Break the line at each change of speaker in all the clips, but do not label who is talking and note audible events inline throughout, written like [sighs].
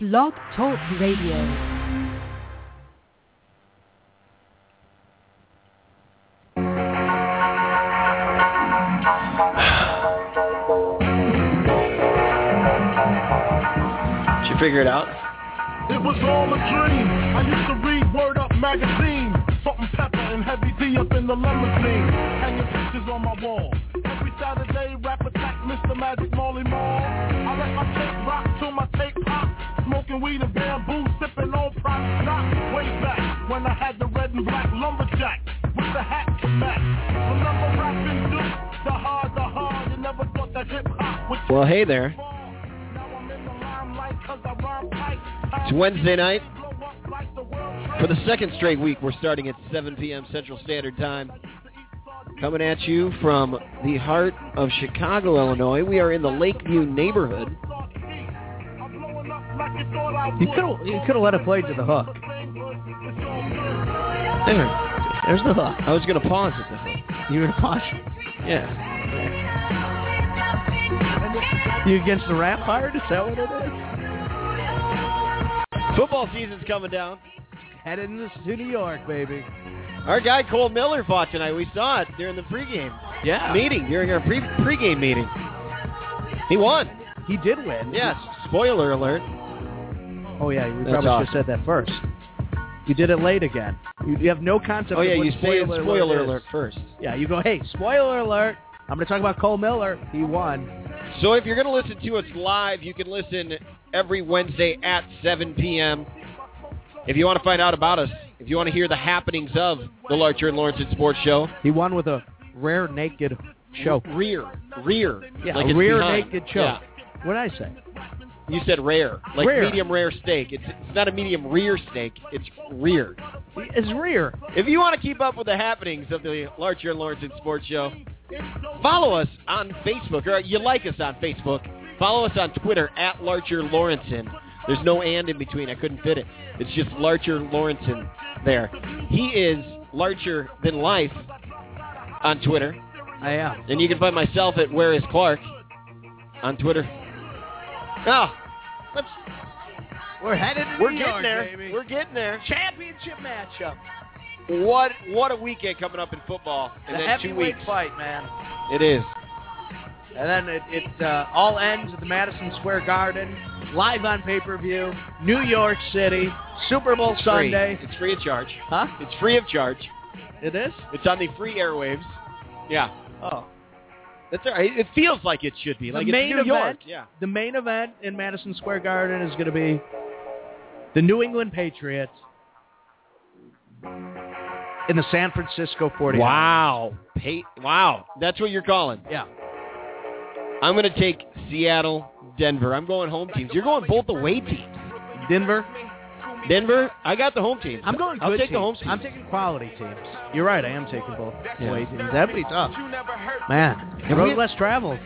Blog Talk Radio.
Did you figure it out?
It was all a dream. I used to read Word Up magazine. Salt and pepper and heavy D up in the limousine. Hanging pictures on my wall. Every Saturday, rap attack, Mr. Magic Molly Mall. I let my tape rock till my tape pop. Smoking weed and bamboo, sipping on prop stock. Way back when I had the red and black lumberjack with the hat back. Remember rapping Duke, the hard, the hard. You never thought that hip hop would
Well, hey there.
it's
It's Wednesday night. For the second straight week, we're starting at 7 p.m. Central Standard Time. Coming at you from the heart of Chicago, Illinois. We are in the Lakeview neighborhood.
You could you could have let it play to the hook.
There. There's the hook. I was going to pause at the hook.
You were posh.
Yeah.
You against the rap hard? Is that what it is?
Football season's coming down.
Headed to New York, baby.
Our guy Cole Miller fought tonight. We saw it during the pregame
Yeah.
meeting, during our pre- pregame meeting. He won.
He did win.
Yes. Spoiler alert.
Oh yeah, we
That's
probably
awesome.
should have said that first. You did it late again. You, you have no concept.
Oh, yeah,
of what
you say
spoiler,
spoiler
alert is.
alert first.
Yeah, you go. Hey, spoiler alert! I'm going to talk about Cole Miller. He won.
So if you're going to listen to us live, you can listen every Wednesday at 7 p.m. If you want to find out about us, if you want to hear the happenings of the Larcher and Lawrence Sports Show,
He won with a rare naked choke.
rear, rear,
Yeah,
like
a
it's
rear
behind.
naked
Yeah.
choke. What did I say?
You said rare, like
Rare.
medium rare steak. It's, it's not a medium rear steak. It's rear.
It's rear.
If you want to keep up with the happenings of the Larcher and Lawrence Sports Show, follow us on Facebook, or you like us on Facebook. Follow us on Twitter at Larcher Lawrenson. There's no and in between. I couldn't fit it. It's just Larcher Lawrenson there. He is Larcher Than Life on Twitter.
I am.
And you can find myself at Where is Clark on Twitter. Ah, let's,
We're headed to
we're
New
getting
York,
there.
baby.
We're getting there.
championship matchup.
What what a weekend coming up in football. And
the
then two
heavyweight
weeks.
fight, man.
It is.
And then it, it uh, all ends at the Madison Square Garden, live on pay-per-view, New York City, Super Bowl
free.
Sunday.
It's free of charge.
Huh?
It's free of charge.
It is?
It's on the free airwaves. Yeah.
Oh.
That's all right. It feels like it should be.
The
like
main
it's New York.
event,
Yeah.
the main event in Madison Square Garden is going to be the New England Patriots in the San Francisco 49ers.
Wow. Pay- wow. That's what you're calling.
Yeah.
I'm going to take Seattle, Denver. I'm going home teams. You're going both away teams.
Denver.
Denver, I got the home team.
I'm going
I'll
good
take the
teams.
home team.
I'm taking quality teams. You're right. I am taking both
Yeah.
away teams. That'd be tough. Man,
Have
road
we-
less traveled.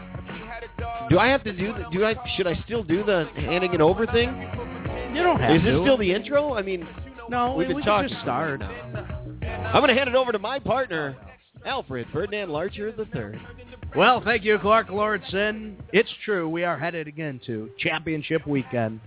do I have to do the, do I should I still do the handing it over thing?
You don't have
Is this
to.
still the intro? I mean,
no,
we've
we,
been
we
talking
could just start.
I'm going to hand it over to my partner, Alfred Ferdinand Larcher the third.
Well, thank you, Clark Lordson. It's true. We are headed again to championship weekend,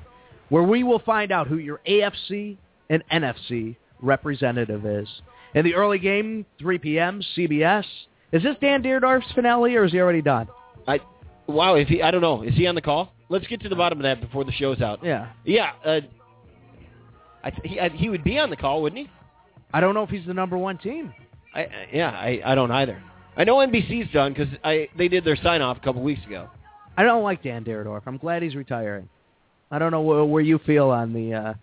where we will find out who your AFC and NFC representative is. In the early game, 3 p.m., CBS. Is this Dan Deerdorf's finale, or is he already done?
I wow, if he I don't know, is he on the call? Let's get to the bottom of that before the show's out.
Yeah.
Yeah, uh, I, th- he I, he would be on the call, wouldn't he?
I don't know if he's the number one team.
I, I yeah, I I don't either. I know NBC's done because I they did their sign off a couple weeks ago.
I don't like Dan Deerdorf. I'm glad he's retiring. I don't know where, where you feel on the uh,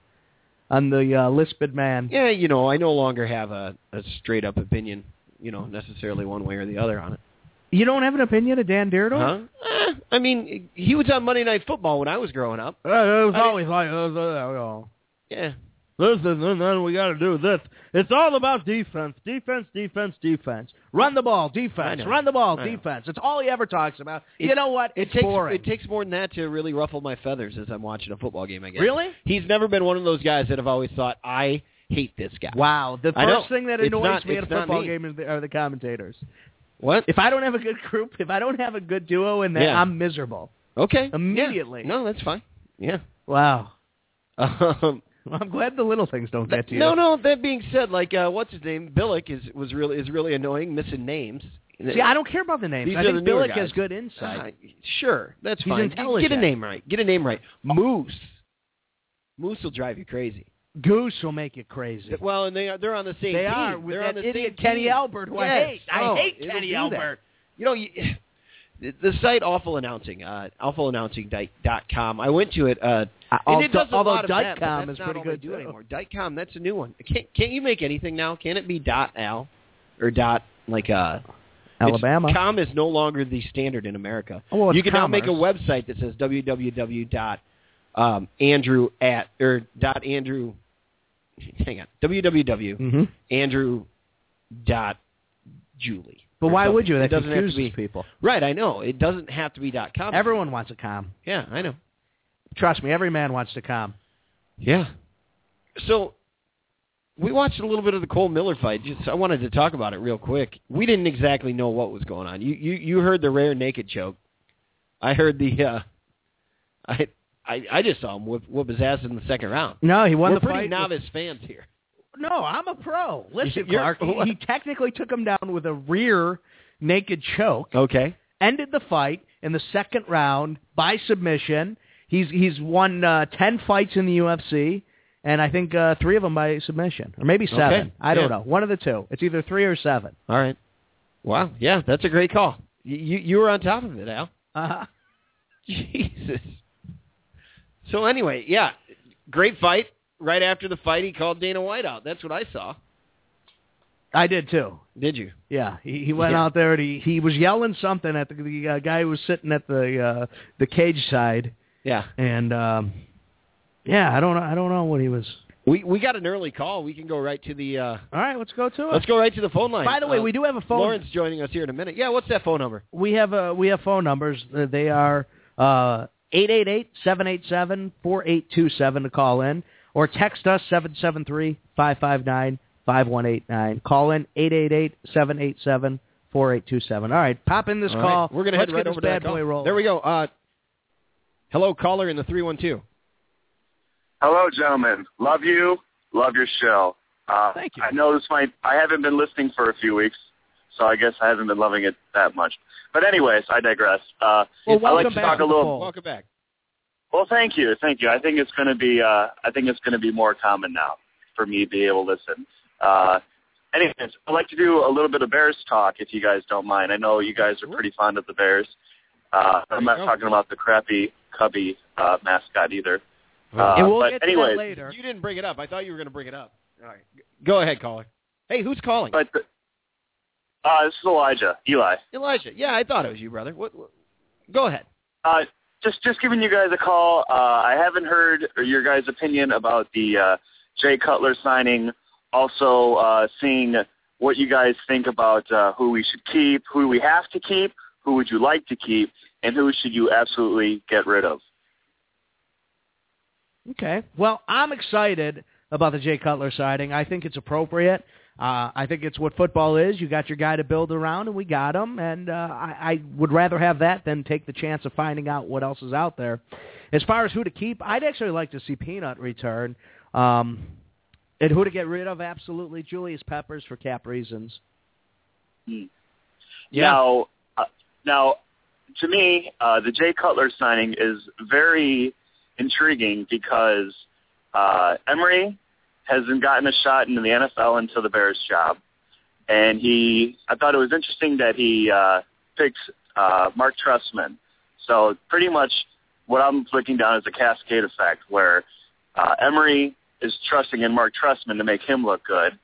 on the uh, lispid man.
Yeah, you know, I no longer have a, a straight up opinion, you know, necessarily one way or the other on it.
You don't have an opinion of Dan Deerdorf?
Huh? Eh, I mean, he was on Monday Night Football when I was growing up.
Uh, it was
I mean-
always like, uh, uh, uh,
Yeah,
this and then- then we got to do this. It's all about defense, defense, defense, defense. Run the ball, defense.
I know.
Run the ball,
I know.
defense. It's all he ever talks about. you
It-
know what?
it
it's
takes
boring.
it takes more than that to really ruffle my feathers as I'm watching a football game. I guess.
really?
He's never been one of those guys that have always thought, I hate this guy.
Wow. The
I know.
first thing that
It's
annoys
not-
me at a
it's not
football
me.
game is the, are the commentators.
What?
If I don't have a good group, if I don't have a good duo, and then
Yeah.
I'm miserable
Okay.
immediately.
Yeah. [laughs] No, that's fine. Yeah.
Wow.
Um,
I'm glad the little things don't get to you.
no, no. That being said, like uh, what's his name? Billick is was really is really annoying, missing names.
See, I don't care about the names.
These
I
are
think
the newer
Billick
guys.
has good insight.
Ah, sure, that's
He's
fine. Get- Get
intelligent.
a name right. Get a name right. Moose. Moose will drive you crazy.
Goose will make you crazy.
Well, and they are, they're on the same
They
team.
are with
they're on
that
the same
idiot Kenny
team.
Albert, who I
Yes.
hate. I
Oh,
hate
it'll
Kenny
do that.
Albert.
You know, you, [sighs] the, the site Awful Announcing, uh, awfulannouncing.com. I went to it. Uh,
Uh,
and it
although-
does a
although
lot of that, but
Dotcom
that's
is
not
pretty
all they
good,
do
too.
anymore. Dotcom, that's a new one. Can't, can't you make anything now? Can it be dot al or dot like uh it's-
Alabama.
com is no longer the standard in America.
Oh, well, it's
you can now make a
commerce.
website that says www dot um, Andrew at or dot Andrew. [laughs] Hang on, www
Mm-hmm.
Andrew dot Julie.
But
or
why
something.
would you? That
It doesn't have to
confuses
be
people.
right. I know it doesn't have to be dot com.
Everyone wants a com.
Yeah, I know.
Trust me, every man wants a com.
Yeah. So we watched a little bit of the Cole Miller fight. Just I wanted to talk about it real quick. We didn't exactly know what was going on. You you you heard the rare naked choke. I heard the uh I I, I just saw him whoop, whoop his ass in the second round.
No, he won
We're
the
pretty
fight. with-
novice fans here.
No, I'm a pro. Listen,
You're-
Clark, he, he technically took him down with a rear naked choke,
Okay.
ended the fight in the second round by submission. He's he's won uh, ten fights in the UFC, and I think uh, three of them by submission, or maybe seven.
Okay.
I don't
Yeah.
know. One of the two. It's either three or seven.
All right. Wow. Yeah, that's a great call. You you, you were on top of it,
[laughs]
Al.
Uh,
Jesus. So anyway, yeah, great fight. Right after the fight, he called Dana White out. That's what I saw.
I did too.
Did you?
Yeah, he, he went
Yeah.
out there and he, he was yelling something at the, the uh, guy who was sitting at the uh, the cage side,
Yeah.
and um, yeah, I don't know- I don't know what he was.
We we got an early call. We can go right to the uh,
All right, let's go to it.
let's go right to the phone line.
By the way,
Uh,
we do have a phone.
Lauren's joining us here in a minute. Yeah, what's that phone number?
We have uh, we have phone numbers. Uh, They are uh, eight eight eight seven eight seven four eight two seven to call in, or text us seven seven three five five nine five one eight nine. Call in eight eight eight seven eight seven four eight two seven. All right, pop in this
All
call.
right, We're gonna
let's
head right
get this
over
bad
to that call.
boy rolling.
There we go. Uh, hello, caller in the three one two.
Hello, gentlemen. Love you. Love your show. Uh,
Thank you.
I know this might. I haven't been listening for a few weeks, so I guess I haven't been loving it that much. But anyways, I digress. Uh,
Well,
I like
welcome
to
back
talk
to
a
the
little.
fold.
Welcome back.
Well, thank you, thank you. I think it's going to be. Uh, I think it's going to be more common now for me to be able to listen. Uh, anyways, I'd like to do a little bit of Bears talk, if you guys don't mind. I know you guys are pretty fond of the Bears. Uh, I'm not
There you go.
talking about the crappy Cubby uh, mascot either. Uh,
And we'll
but
get to
anyways,
that later.
You didn't bring it up. I thought you were gonna bring it up. All right, G- go ahead, caller. Hey, who's calling?
But the, uh, this is Elijah, Eli.
Elijah. Yeah, I thought it was you, brother. What? what go ahead.
Uh, just just giving you guys a call. Uh, I haven't heard your guys' opinion about the uh, Jay Cutler signing. Also, uh, seeing what you guys think about uh, who we should keep, who we have to keep, who would you like to keep, and who should you absolutely get rid of.
Okay. Well, I'm excited about the Jay Cutler signing. I think it's appropriate. Uh, I think it's what football is. You got your guy to build around, and we got him. And uh, I, I would rather have that than take the chance of finding out what else is out there. As far as who to keep, I'd actually like to see Peanut return. Um, and who to get rid of? Absolutely, Julius Peppers for cap reasons.
Now, uh, now, to me, uh, the Jay Cutler signing is very intriguing because uh, Emery hasn't gotten a shot into the NFL until the Bears job, and he. I thought it was interesting that he uh, picked uh, Mark Trestman. So pretty much, what I'm looking down is a cascade effect where uh, Emery is trusting in Mark Trestman to make him look good,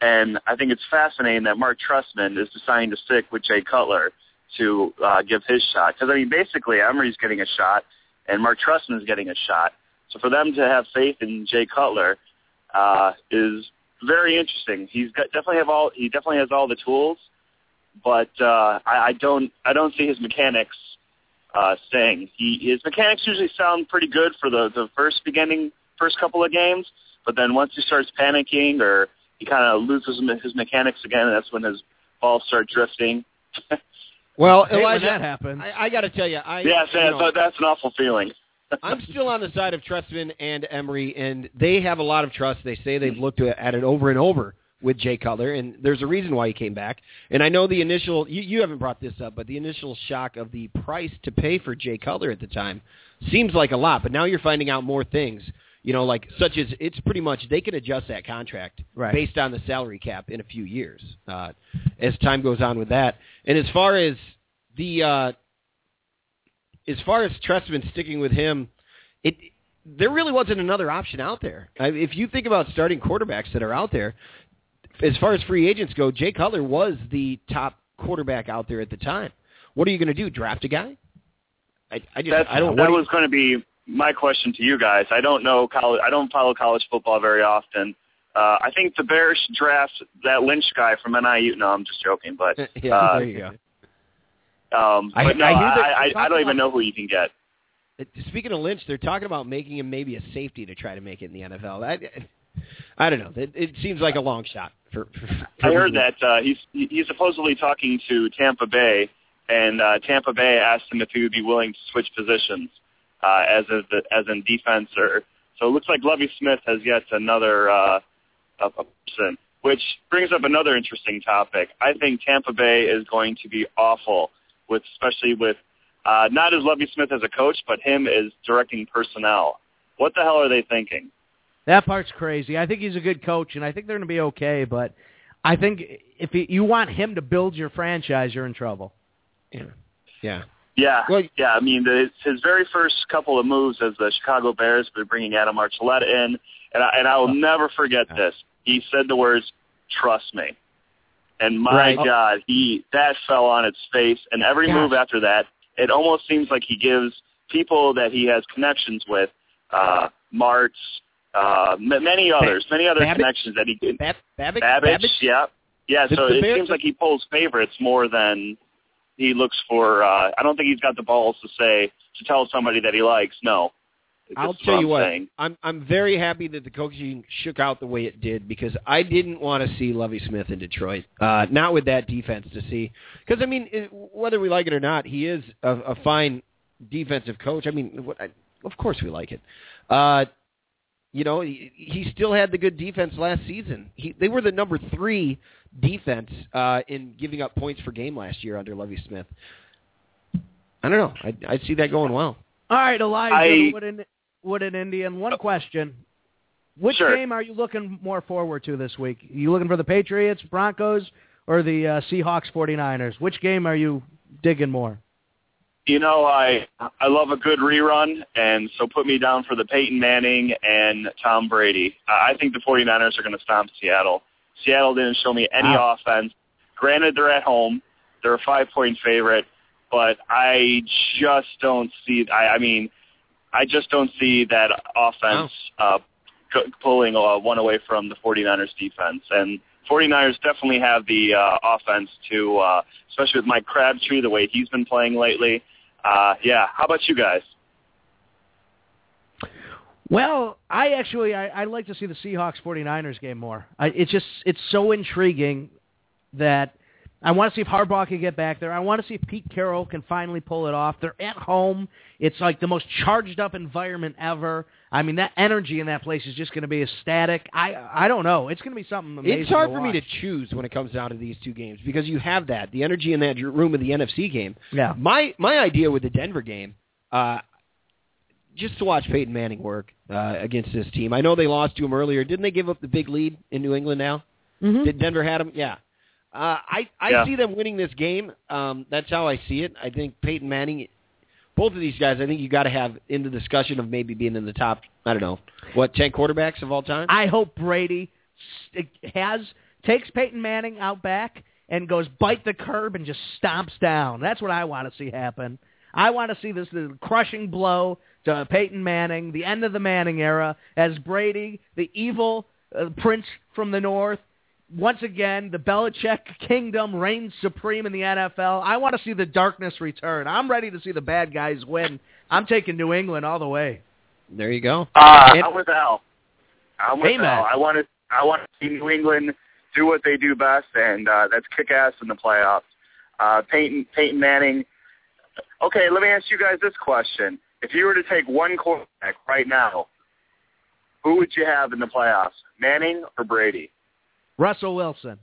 and I think it's fascinating that Mark Trustman is deciding to stick with Jay Cutler to uh, give his shot. Because, I mean, basically, Emery's getting a shot, and Mark Trustman's getting a shot. So for them to have faith in Jay Cutler uh, is very interesting. He's got, definitely have all he definitely has all the tools, but uh, I, I don't I don't see his mechanics uh, staying. He his mechanics usually sound pretty good for the the first beginning first couple of games, but then once he starts panicking or he kind of loses me- his mechanics again, and that's when his balls start drifting.
Well,
Hey, when
Elijah,
that happens.
I, I got to tell you, I
yes,
you
yeah,
know,
so that's an awful feeling. [laughs]
I'm still on the side of Trustman and Emery, and they have a lot of trust. They say they've looked at it over and over with Jay Cutler, and there's a reason why he came back. And I know the initial, you, you haven't brought this up, but the initial shock of the price to pay for Jay Cutler at the time seems like a lot, but now you're finding out more things, you know, like such as it's pretty much they can adjust that contract
Right.
based on the salary cap in a few years uh, as time goes on with that. And as far as the, uh, as far as Trestman sticking with him, it there really wasn't another option out there. I, if you think about starting quarterbacks that are out there, as far as free agents go, Jay Cutler was the top quarterback out there at the time. What are you going to do? Draft a guy? I, I just
That's,
I don't.
that
what do you-
was going to be my question to you guys. I don't know college. I don't follow college football very often. Uh, I think the Bears should draft that Lynch guy from NIU. No, I'm just joking. But
[laughs] [laughs] yeah,
uh,
there you go.
um,
I-
but no,
I
I,
hear that-
I, I, don't even
about-
know who you can get.
Speaking of Lynch, they're talking about making him maybe a safety to try to make it in the NFL. I, I don't know. It, it seems like a long shot. For, for
I heard
me.
that uh, he's he's supposedly talking to Tampa Bay, and uh, Tampa Bay asked him if he would be willing to switch positions uh, as a, the, as in defense or so. It looks like Lovey Smith has yet another uh, a, a person, which brings up another interesting topic. I think Tampa Bay is going to be awful with especially with uh, not as Lovey Smith as a coach, but him as directing personnel. What the hell are they thinking?
That part's crazy. I think he's a good coach, and I think they're going to be okay. But I think if you- you want him to build your franchise, you're in trouble.
Yeah. yeah.
Yeah,
Well-
yeah. I mean, the, his very first couple of moves as the Chicago Bears were bringing Adam Archuleta in, and I, and I will never forget this. He said the words "trust me," and my
Right.
God, he that fell on its face. And every
Yeah.
move after that, it almost seems like he gives people that he has connections with, uh, Martz, uh, m- many others, many other
Babbitt?
connections that he
Bab- Babbitt,
Babbage,
Babbitt?
yeah. Yeah,
The-
so
the
it
Bears-
seems like he pulls favorites more than he looks for uh I don't think he's got the balls to say to tell somebody that he likes, no. That's
I'll
what
tell you
I'm
what.
saying.
I'm I'm very happy that the coaching shook out the way it did because I didn't want to see Lovey Smith in Detroit. Uh, not with that defense to see because I mean it, whether we like it or not, he is a, a fine defensive coach. I mean, what, I, of course we like it. Uh, you know, he, he still had the good defense last season. He, they were the number three defense uh, in giving up points per game last year under Lovey Smith. I don't know. I, I see that going well.
All right, Elijah
I- Oh.
Wooden, Wooden Indian. One question: Which
Sure.
game are you looking more forward to this week? You looking for the Patriots, Broncos, or the uh, Seahawks, 49ers? Which game are you digging more?
You know, I I love a good rerun and so put me down for the Peyton Manning and Tom Brady. I I think the 49ers are going to stomp Seattle. Seattle didn't show me any
Wow.
offense. Granted they're at home. They're a 5-point favorite, but I just don't see I I mean I just don't see that offense uh, c- pulling uh, one away from the 49ers defense. And 49ers definitely have the uh, offense to, uh, especially with Mike Crabtree, the way he's been playing lately. Uh, yeah, how about you guys?
Well, I actually I, I like to see the Seahawks 49ers game more. I, it's just it's so intriguing that I want to see if Harbaugh can get back there. I want to see if Pete Carroll can finally pull it off. They're at home. It's like the most charged up environment ever. I mean, that energy in that place is just going to be ecstatic. I I don't know. It's going to be something amazing.
It's hard
to
for me to
watch.
choose when it comes down to these two games because you have that the energy in that room of the NFC game.
Yeah.
My my idea with the Denver game, uh, just to watch Peyton Manning work uh, against this team. I know they lost to him earlier. Didn't they give up the big lead in New England? Now
Mm-hmm.
did Denver had him? Yeah. Uh, I I
Yeah.
see them winning this game. Um, that's how I see it. I think Peyton Manning. Both of these guys, I think you got to have in the discussion of maybe being in the top. I don't know what ten quarterbacks of all time.
I hope Brady st- has takes Peyton Manning out back and goes bite the curb and just stomps down. That's what I want to see happen. I want to see this, this crushing blow to Peyton Manning, the end of the Manning era, as Brady, the evil uh, prince from the north, once again the Belichick kingdom reigns supreme in the NFL. I want to see the darkness return. I'm ready to see the bad guys win. I'm taking New England all the way.
there you go.
Uh,
And-
I'm with Al. I'm with
Hey, Matt.
Al. I want to I want to see New England do what they do best, and uh, that's kick ass in the playoffs. Uh, Peyton Peyton Manning. Okay, let me ask you guys this question: If you were to take one quarterback right now, who would you have in the playoffs, Manning or Brady?
Russell Wilson.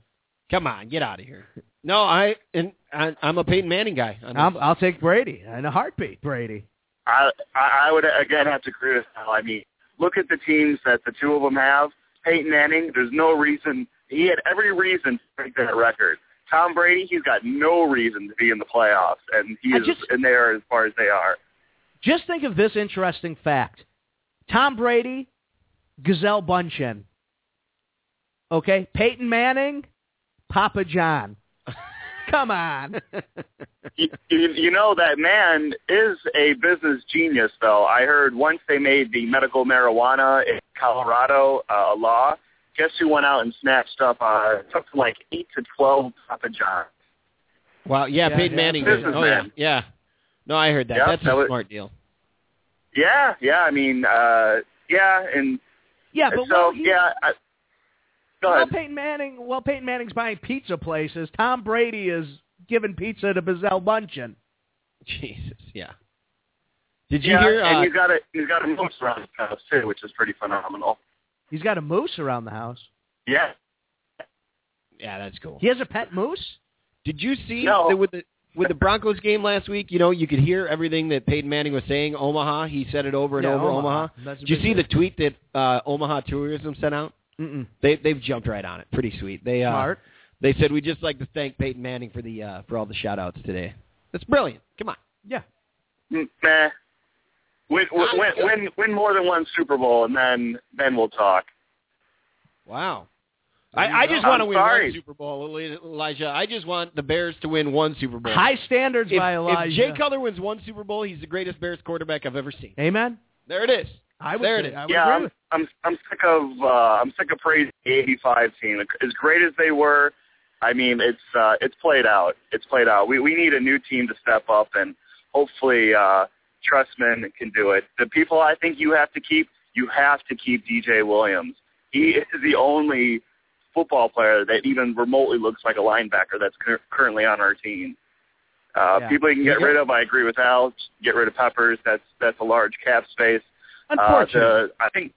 Come on, get out of here. No, I and I, I'm a Peyton Manning guy. I'm-
I'm, I'll take Brady in a heartbeat. Brady.
I I I would again have to agree with Al. I mean, look at the teams that the two of them have. Peyton Manning, there's no reason he had every reason to break that record. Tom Brady, he's got no reason to be in the playoffs, and he
I
is
just-
in there as far as they are.
Just think of this interesting fact: Tom Brady, Gazelle Bunchen. Okay, Peyton Manning, Papa John. Come on.
you, you you know that man is a business genius though i heard once they made the medical marijuana in colorado uh, a law guess who went out and snatched up uh something like eight to twelve papa john
Wow, yeah,
Yeah,
Peyton
yeah.
Manning did. Oh yeah,
Businessman.
yeah. No, I heard that.
Yep,
That's a
that was-
smart deal. [laughs]
yeah yeah i mean uh yeah and
Yeah, but
so
while, he,
yeah I, go
while
ahead
Peyton Manning, while Peyton Manning's buying pizza places, Tom Brady is giving pizza to Gazelle Bunchen.
Jesus, yeah. Did you
yeah,
hear?
and
Uh,
he's got a he's got a moose around his house too which is pretty phenomenal
He's got a moose around the house.
yeah
yeah, that's cool.
He has a pet moose.
Did you see
No.
that with the with the Broncos game last week? You know, you could hear everything that Peyton Manning was saying. Omaha, he said it over and
Yeah,
over.
Omaha.
Omaha.
That's
Did you
a
see
big
the tweet that uh, Omaha Tourism sent out?
Mm-mm.
They they've jumped right on it. Pretty sweet. They uh,
Smart.
They said we'd just like to thank Peyton Manning for the uh, for all the shout outs today. That's brilliant. Come on.
Yeah.
Mm, meh. Win, win, win, win, win more than one Super Bowl, and then then we'll talk.
Wow.
There you
I, I
go.
just want to
I'm
win
sorry.
one Super Bowl, Eli- Elijah. I just want the Bears to win one Super Bowl.
High standards
if,
by Elijah.
if Jay Cutler wins one Super Bowl, he's the greatest Bears quarterback I've ever seen.
Amen.
There it is.
I would
there
say-
it is.
I would
Yeah,
agree
I'm,
with-
I'm I'm sick of uh, I'm sick of praising the '85 team. As great as they were, I mean, it's uh, it's played out. It's played out. We we need a new team to step up, and hopefully uh, Trustman can do it. The people I think you have to keep, you have to keep DJ Williams. He is the only football player that even remotely looks like a linebacker that's cur- currently on our team. Uh,
Yeah.
People you can get
Yeah.
rid of, I agree with Al. Get rid of Peppers. That's that's a large cap space.
Unfortunately.
Uh, the, I think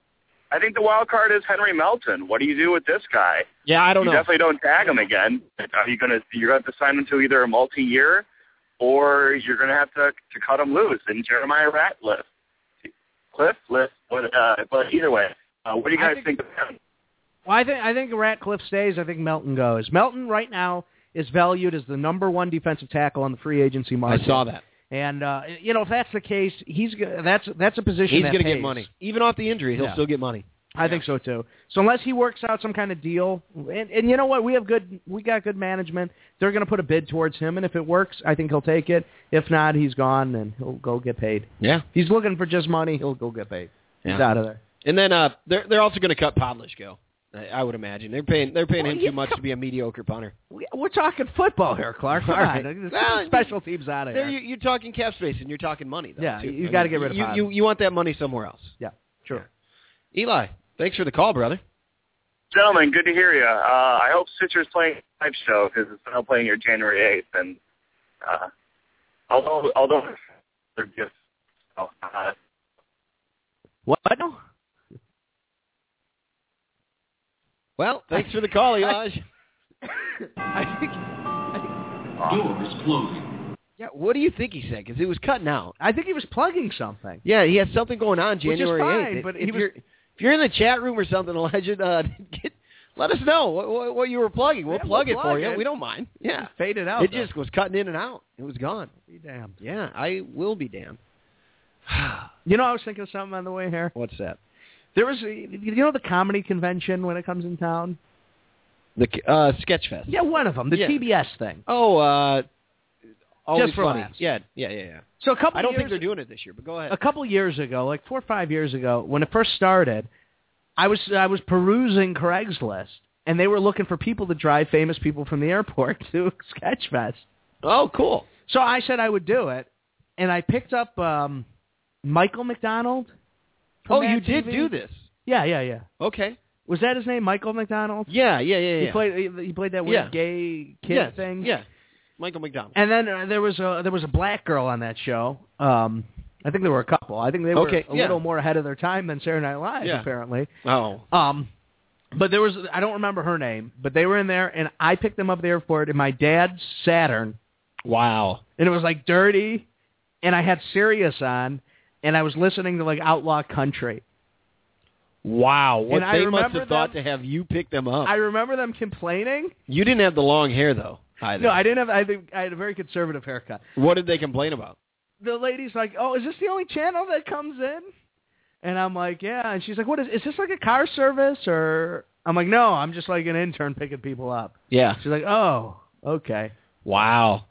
I think the wild card is Henry Melton. What do you do with this guy?
Yeah, I don't
you
know.
definitely don't tag him again. Are you gonna you're gonna have to sign him to either a multi year or you're gonna have to to cut him loose and Jeremiah Ratliff. Cliff, Liff, what uh but either way, uh, what do you
I
guys
think-
think, of him?
Well, I think I think Ratcliffe stays. I think Melton goes. Melton right now is valued as the number one defensive tackle on the free agency
I
market.
saw that.
And uh, you know, if that's the case, he's g- that's that's a position.
He's
that
going to get
pays.
money. Even off the injury, he'll
Yeah.
still get money.
I think so too. So unless he works out some kind of deal, and, and you know what, we have good, we got good management. They're going to put a bid towards him, and if it works, I think he'll take it. If not, he's gone and he'll go get paid.
Yeah.
If he's looking for just money, he'll go get paid. He's
Yeah.
out of there.
And then uh, they're they're also going to cut Podlishko. I, I would imagine they're paying they're paying
Well,
him
yeah,
too much to be a mediocre punter.
We- We're talking football here, Clark. All
All
right,
right.
Let's
Well,
get the special teams out of
There
here.
you, you're talking cap space and you're talking money. Though,
Yeah,
too.
you
I
gotta
mean,
get rid of
you,
Pod.
you. You want that money somewhere else.
yeah, sure.
Eli, thanks for the call, brother.
Gentlemen, good to hear you. Uh, I hope Citrus playing live show because it's now playing here January eighth, and uh, although although they're just uh,
What? No?
Well, thanks for the call,
[laughs]
Eli.
I think I think,
yeah, what do you think he said? Because it was cutting out.
I think he was plugging something.
Yeah, he had something going on
is
January
fine,
8th.
but
if
he was-
you're if you're in the chat room or something, [laughs] Elijah, uh, get, let us know what, what, what you were plugging. We'll
Yeah,
plug
we'll
it
plug
for you.
it.
We don't mind. Yeah,
Just faded out.
it
though.
just was cutting in and out. It was gone.
be damned.
Yeah, I will be damned.
You know, I was thinking of something on the way here.
What's that?
There was, a, you know, the comedy convention when it comes in town.
The uh, Sketchfest.
Yeah, one of them, the
Yeah.
TBS thing.
Oh, uh, always
Just for
funny.
laughs.
Yeah, yeah, yeah, yeah.
So a couple.
I don't
years,
think they're doing it this year, but go ahead.
a couple years ago, like four or five years ago, when it first started, I was I was perusing Craigslist, and they were looking for people to drive famous people from the airport [laughs] to Sketchfest.
Oh, cool.
So I said I would do it, and I picked up um, Michael McDonald. from
Oh, you
Mad
did
TV.
do this.
Yeah, yeah, yeah.
Okay.
Was that his name, Michael McDonald?
Yeah, yeah, yeah, yeah.
He played he played that
Yeah.
weird gay kid
Yes,
thing.
Yeah. Michael McDonald.
And then uh, there was a there was a black girl on that show. Um, I think there were a couple. I think they were
Okay,
a
yeah.
little more ahead of their time than Saturday Night Live,
Yeah.
apparently.
Oh,
Um, but there was I don't remember her name, but they were in there, and I picked them up at the airport in my dad's Saturn,
wow.
and it was like dirty, and I had Sirius on, and I was listening to like Outlaw Country.
Wow. What
And I
they must
remember
have thought
them-
to have you pick them up.
I remember them complaining.
you didn't have the long hair, though, either.
No, I didn't have. I, think I had a very conservative haircut.
what did they complain about?
the lady's like, "Oh, is this the only channel that comes in?" And I'm like, "Yeah." And she's like, "What is? Is this like a car service or?" I'm like, "No, I'm just like an intern picking people up."
Yeah.
She's like, "Oh, okay."
Wow.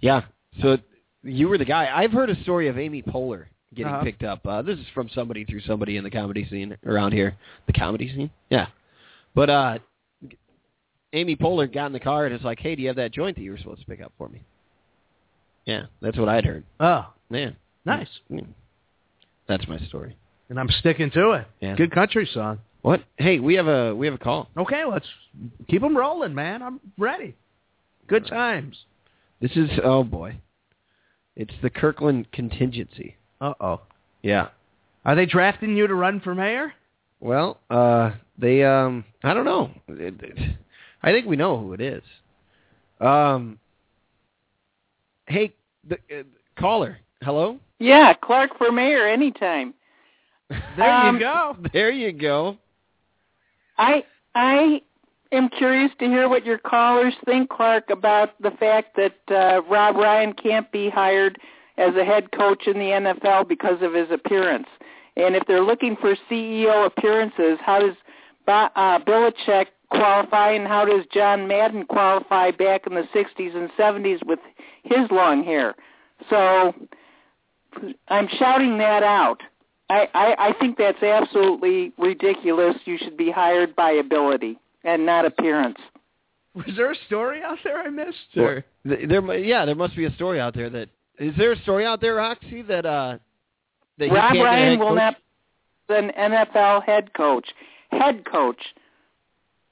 Yeah. So you were the guy. I've heard a story of Amy Poehler getting
Uh-huh.
picked up. Uh, this is from somebody through somebody in the comedy scene around here. The comedy scene? Yeah. But uh Amy Poehler got in the car and was like, hey, do you have that joint that you were supposed to pick up for me? Yeah, that's what I'd heard.
Oh,
Man.
nice.
Mm. That's my story.
And I'm sticking to it.
Yeah.
Good country song.
What? Hey, we have a we have a call.
Okay, let's keep 'em rolling, man. I'm ready. Good times.
This is oh boy. It's the Kirkland contingency.
Uh oh.
Yeah.
Are they drafting you to run for mayor?
Well, uh, they, um, I don't know. It- it- I think we know who it is. Um, hey, the uh, caller, hello.
Yeah, Clark for mayor anytime.
There
Um,
you go.
[laughs] There you go.
I I am curious to hear what your callers think, Clark, about the fact that uh, Rob Ryan can't be hired as a head coach in the NFL because of his appearance. And if they're looking for CEO appearances, how does Ba- uh, Belichick qualify, and how does John Madden qualify back in the '60s and '70s with his long hair? So I'm shouting that out. I, I, I think that's absolutely ridiculous. You should be hired by ability and not appearance.
Was there a story out there I missed?
Well, th- there, mu- yeah, there must be a story out there that is there a story out there, Roxy, that uh, that he can't
Rob
get a
Ryan
head
will
coach?
not be an NFL head coach. Head coach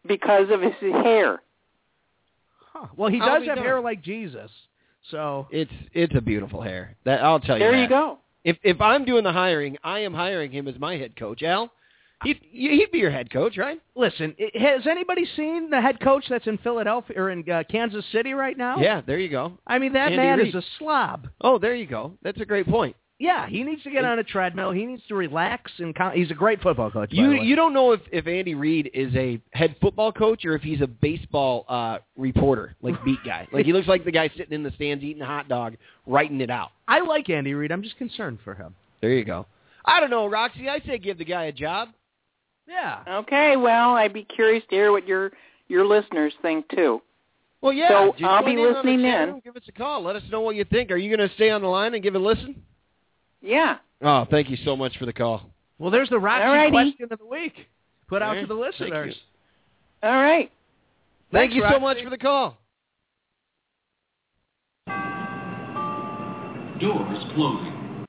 because of his hair.
Huh. Well, he
How
does
we
have
doing?
hair like Jesus. So
It's it's a beautiful hair. That I'll tell you.
There you
that.
go.
If if I'm doing the hiring, I am hiring him as my head coach. Al, he he'd be your head coach, right?
Listen, i- has anybody seen the head coach that's in Philadelphia or in uh, Kansas City right now?
Yeah, there you go.
I mean, that
Andy
man
Reid.
is a slob.
Oh, there you go. That's a great point.
Yeah, he needs to get on a treadmill. He needs to relax and con- he's a great football coach. by
You
the way.
you don't know if, if Andy Reid is a head football coach or if he's a baseball uh, reporter, like [laughs] beat guy. like he looks like the guy sitting in the stands eating a hot dog, writing it out.
I like Andy Reid. I'm just concerned for him.
There you go. I don't know, Roxy. I say give the guy a job.
Yeah.
Okay, well, I'd be curious to hear what your your listeners think too.
Well, yeah.
So,
just
I'll
join in
be
on the
listening
channel,
in.
Give us a call. Let us know what you think. Are you going to stay on the line and give it a listen?
Yeah.
Oh, thank you so much for the call.
Well, there's the Rocky
Alrighty.
question of the week put out
Alright,
to the
thank you.
listeners.
All right.
Thank
Thanks,
you so
Roxy.
much for the call.
Doors closing.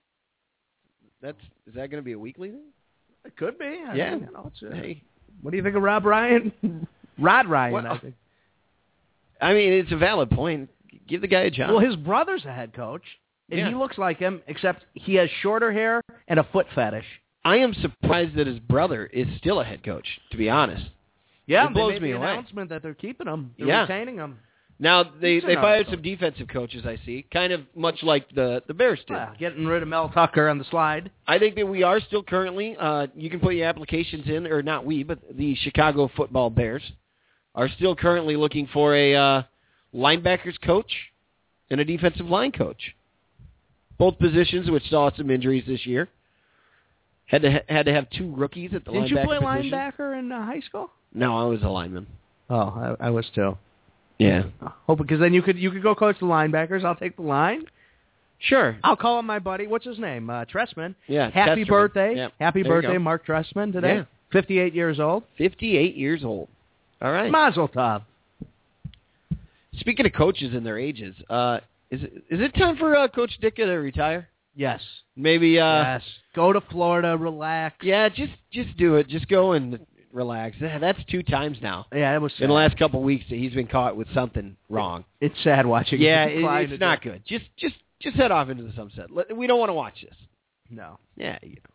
That's is that going to be a weekly thing?
It could be. I
Yeah.
mean, you know, it's a-
Hey,
What do you think of Rob Ryan? [laughs] Rod Ryan,
Well-
I think.
I mean it's a valid point. Give the guy a job.
Well, his brother's a head coach, and
Yeah.
he looks like him, except he has shorter hair and a foot fetish.
I am surprised that his brother is still a head coach. To be honest,
Yeah,
It blows
they made
me
the
away.
announcement that they're keeping him, they're
Yeah.
retaining him.
now they
He's
they
an
fired
awesome
some defensive coaches. I see, kind of much like the the Bears did.
Well, getting rid of Mel Tucker on the slide.
I think that we are still currently. Uh, you can put your applications in, or not we, but the Chicago Football Bears are still currently looking for a uh, linebackers coach and a defensive line coach, both positions which saw some injuries this year. Had to had to have two rookies at the
Did
linebacker
you play
position.
linebacker in uh, high school?
No, I was a lineman.
Oh, I, I was too.
Yeah,
Oh, because then you could you could go coach the linebackers. I'll take the line.
sure.
I'll call up my buddy. What's his name? Uh, Tressman.
Yeah,
Happy
Testerman.
birthday.
Yep.
Happy
There you
birthday,
go.
Mark Tressman today.
Yeah.
58 years old.
58 years old. All right.
Mazel tov.
Speaking of coaches and their ages, uh, is it, is it time for uh, Coach Dicka to retire?
Yes.
Maybe. Uh,
yes. Go to Florida. Relax.
Yeah, just just do it. Just go and relax. Yeah, That's two times now
Yeah, it was sad.
in the last couple weeks that he's been caught with something wrong.
It's sad watching.
Yeah,
him
it,
decline to
it's not
do-
good. Just just just head off into the sunset. Let- We don't want to watch this.
No.
Yeah, you know.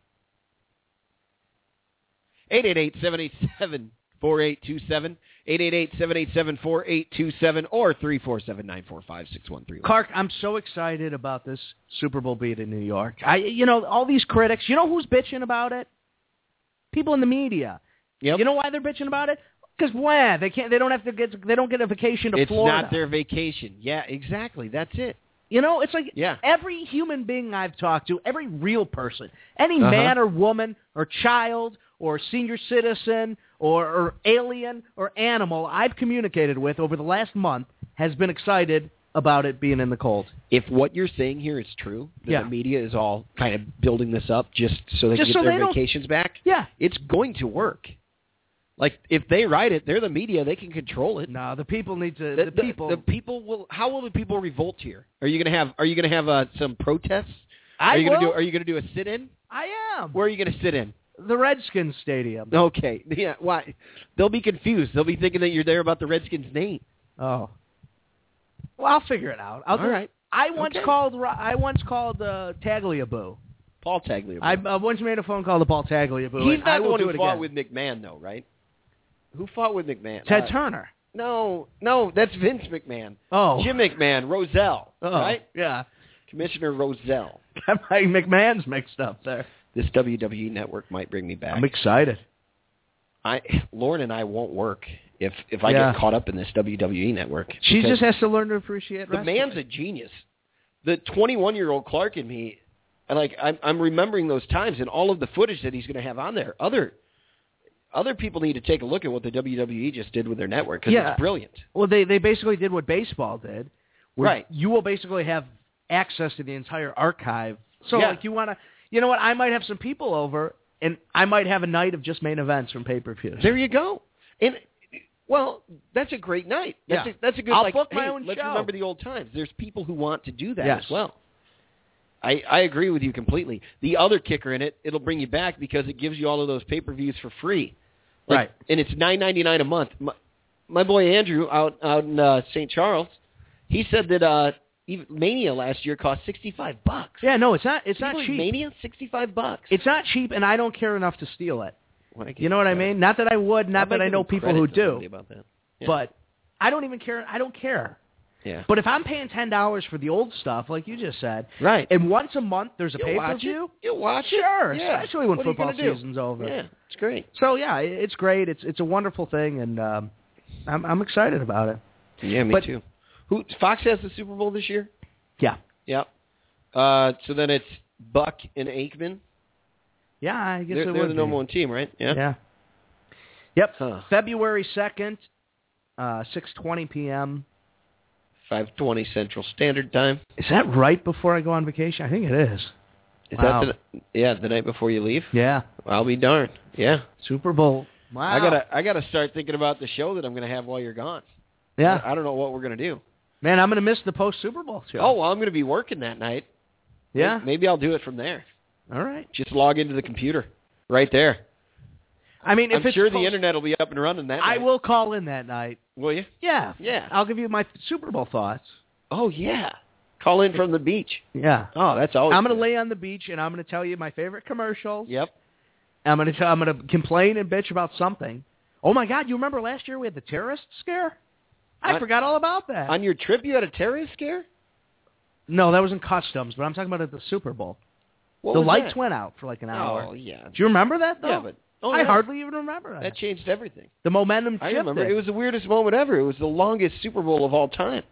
888-787-4827, 888-787-4827, or 347-945-6131.
Clark, I'm so excited about this Super Bowl beat in New York. I, you know, all these critics. You know who's bitching about it? People in the media.
Yep.
You know why they're bitching about it? Because why they can't. They don't have to get. They don't get a vacation to
it's
Florida.
not their vacation. Yeah, exactly. That's it.
You know, it's like
Yeah.
every human being I've talked to, every real person, any
Uh-huh.
man or woman or child or senior citizen or, or alien or animal I've communicated with over the last month has been excited about it being in the cold.
If what you're saying here is true, that
Yeah.
the media is all kind of building this up just so they can get
Just so they
their
don't-
vacations back,
Yeah.
it's going to work. Like if they write it, they're the media. They can control it.
No, the people need to.
The,
The,
the-
people.
the people will. How will the people revolt here? Are you gonna have? Are you gonna have uh, some protests?
I
are you gonna
will.
do? Are you gonna do a sit-in?
I am.
Where are you gonna sit in?
The Redskins Stadium.
Okay. [laughs] Yeah. Why? They'll be confused. They'll be thinking that you're there about the Redskins' name.
Oh. Well, I'll figure it out. I'll
All
do-
right.
I once
Okay.
called. Ro- I once called uh, Tagliabue.
Paul Tagliabue.
I uh, once made a phone call to Paul Tagliabue.
He's
and
not
I
the
will
one
do
who
it
fought
again.
with McMahon, though, right? Who fought with McMahon?
Ted
Uh,
Turner.
no, no, that's Vince McMahon.
Oh,
[laughs] Jim McMahon, Roselle,
oh,
right?
Yeah, [laughs]
Commissioner Roselle.
got my McMahon's mixed up there.
This WWE network might bring me back.
excited.
I Lauren and I won't work if if I
Yeah.
get caught up in this WWE network.
She
because
just has to learn to appreciate.
the
wrestling.
man's a genius. The 21 year old Clark and me, and like I'm, I'm remembering those times and all of the footage that he's going to have on there. Other other people need to take a look at what the WWE just did with their network because
Yeah.
it's brilliant.
well. They they basically did what baseball did. where
Right.
You will basically have access to the entire archive. So
Yeah.
like you want to, you know what? I might have some people over, and I might have a night of just main events from pay per views.
There you go. And well, that's a great night. That's
Yeah.
a, that's a good.
I'll
like,
book my
hey,
own
Let's
show.
remember the old times. There's people who want to do that
Yes.
as well. I I agree with you completely. The other kicker in it, it'll bring you back because it gives you all of those pay per views for free. Like,
Right.
And it's nine ninety nine a month. My, my boy Andrew out out in uh, St. Charles, he said that uh, even Mania last year cost sixty five bucks.
Yeah, no, it's not. It's
Can you
not
believe
cheap.
Mania sixty five bucks.
It's not cheap, and I don't care enough to steal it.
When I give
You know what I
credit.
mean? Not that I would,
I
not
might
that I
give
know
him
people
credit
who
to
do,
somebody about that. Yeah.
but I don't even care. I don't care.
yeah.
But if I'm paying ten dollars for the old stuff, like you just said,
Right.
and once a month there's a
You'll
pay per
watch it.
view.
You'll watch it.
Sure,
Yeah.
especially when
What are you
football
gonna do?
season's over.
Yeah, it's great.
So yeah, i- it's great. It's it's a wonderful thing, and um, I'm I'm excited about it.
Yeah, me
But-
too. Who Fox has the Super Bowl this year?
Yeah,
Yep. Uh, so then it's Buck and Aikman.
yeah. I guess
They're,
it
they're
would
the
be.
number one team, right? Yeah.
Yeah. Yep.
Huh.
February second, uh, six twenty p.m.
Five twenty Central Standard Time.
Is that right before I go on vacation? I think it is.
Is
Wow.
that the, yeah the night before you leave?
Yeah.
I'll be darned. Yeah.
Super Bowl. Wow.
I gotta I gotta start thinking about the show that I'm gonna have while you're gone.
Yeah,
I, I don't know what we're gonna do.
man, I'm gonna miss the post Super Bowl show.
Oh well, I'm gonna be working that night.
yeah.
Maybe I'll do it from there.
All right.
Just log into the computer right there.
I mean, if
I'm
it's
sure
post-
the internet will be up and running that
I
night.
will call in that night.
Will you?
Yeah.
Yeah.
I'll give you my Super Bowl thoughts.
Oh yeah. Call in from the beach.
Yeah.
Oh, that's always.
I'm gonna
good.
lay on the beach and I'm gonna tell you my favorite commercials.
Yep.
I'm gonna tell, I'm gonna complain and bitch about something. Oh my God! You remember last year we had the terrorist scare? I
On-
forgot all about that.
On your trip, you had a terrorist scare.
no, that was in customs, but I'm talking about at the Super Bowl.
What
the
was
lights
that?
went out for like an hour.
Oh yeah.
Do you remember that though?
Yeah, but oh,
I
yeah.
hardly even remember that.
that changed everything.
the momentum
I
shifted.
remember. It was the weirdest moment ever. It was the longest Super Bowl of all time.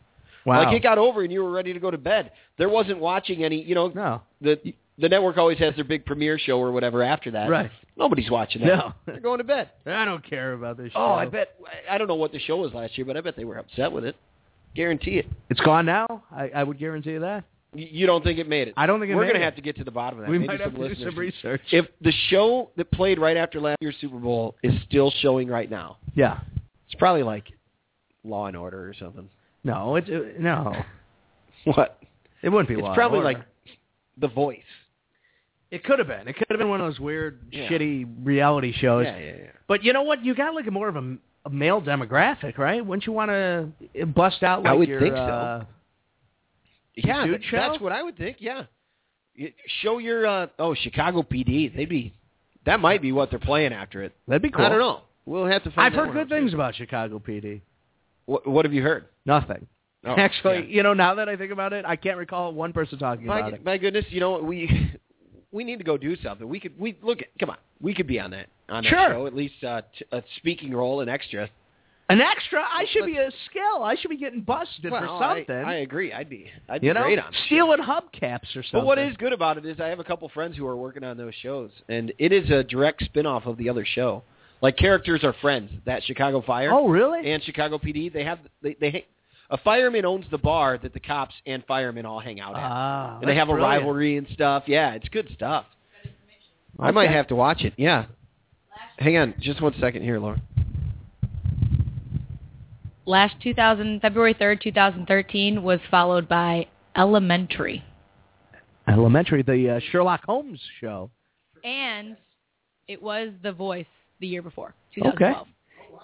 wow.
Like it got over and you were ready to go to bed. There wasn't watching any. You know,
no.
the the network always has their big premiere show or whatever after that.
Right.
Nobody's watching that.
No.
They're going to bed.
[laughs] I don't care about this.
Oh, I
show.
bet. I don't know what the show was last year, but I bet they were upset with it. Guarantee it.
it's gone now. I, I would guarantee you that.
You you don't think it made it?
I don't think it
we're
made
gonna
it.
have to get to the bottom of that.
we
Maybe
might
some
have to do
listeners
some research.
If the show that played right after last year's Super Bowl is still showing right now,
yeah.
it's probably like Law and Order or something. [laughs]
No, it, it no.
What?
It wouldn't be
It's
Law and
probably
Order.
like The Voice.
it could have been. It could have been one of those weird,
Yeah.
shitty reality shows.
yeah, yeah, yeah.
But you know what? You got to look at more of a, a male demographic, right? Wouldn't you want to bust out like
would
your?
think so.
uh,
Yeah,
Dude
that- that's
show?
what I would think. Yeah, Y- Show your uh, oh Chicago PD. They be that might be what they're playing after it.
That'd be cool.
I don't know. We'll have to find.
I've
that
heard
one
good
out, too.
things about Chicago PD.
What, what have you heard?
Nothing.
Oh,
Actually,
yeah.
you know, now that I think about it, I can't recall one person talking about
my,
it.
my goodness, you know we [laughs] we need to go do something. We could we look at come on. We could be on that on that
Sure.
show at least uh, t- a speaking role and extra.
An extra? I should be a skill. I should be getting busted
Well,
for
I-
something.
I, agree. I'd be I'd
you
be
know,
great on. that.
stealing hubcaps or something.
But what is good about it is I have a couple friends who are working on those shows, and it is a direct spin-off of the other show. Like characters are friends. That Chicago Fire
Oh, really?
and Chicago PD, they have they they ha- a fireman owns the bar that the cops and firemen all hang out at,
Ah,
and they
that's
have a
brilliant.
rivalry and stuff. Yeah, it's good stuff. I might
Okay.
have to watch it. Yeah. Hang on, just one second here, Laura.
Last 2000, February 3rd, 2013 was followed by Elementary.
Elementary, the uh, Sherlock Holmes show.
And it was The Voice the year before, 2012.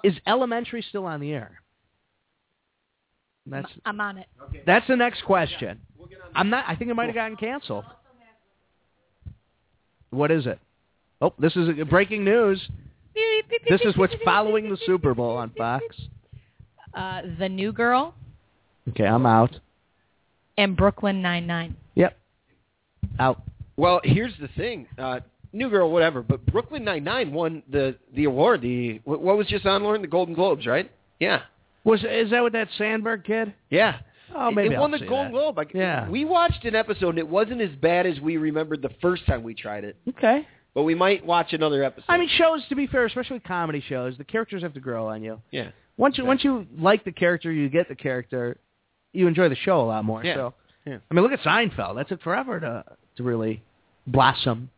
Is Elementary still on the air? That's
I'm on it.
that's the next question. I'm not. I think it might have gotten canceled. What is it? Oh, this is breaking news. This is what's following the Super Bowl on Fox.
Uh, the New Girl
Okay, I'm out.
and Brooklyn Nine-Nine.
Yep, out.
Well, here's the thing. Uh, New Girl, whatever, but Brooklyn Nine Nine won the the award. The wh- what was just on, Lauren? The Golden Globes, right? Yeah,
Was is that with that Sandberg kid?
yeah.
Oh,
It-
maybe
it
I'll
won the
see
Golden
that.
Globe. I,
Yeah.
we watched an episode and it wasn't as bad as we remembered the first time we tried it,
Okay.
but we might watch another episode.
I mean, shows to be fair, especially comedy shows, the characters have to grow on you.
yeah,
Once you once you like the character, you get the character, you enjoy the show a lot more.
Yeah.
So,
Yeah.
I mean, look at Seinfeld. That took forever to to really blossom.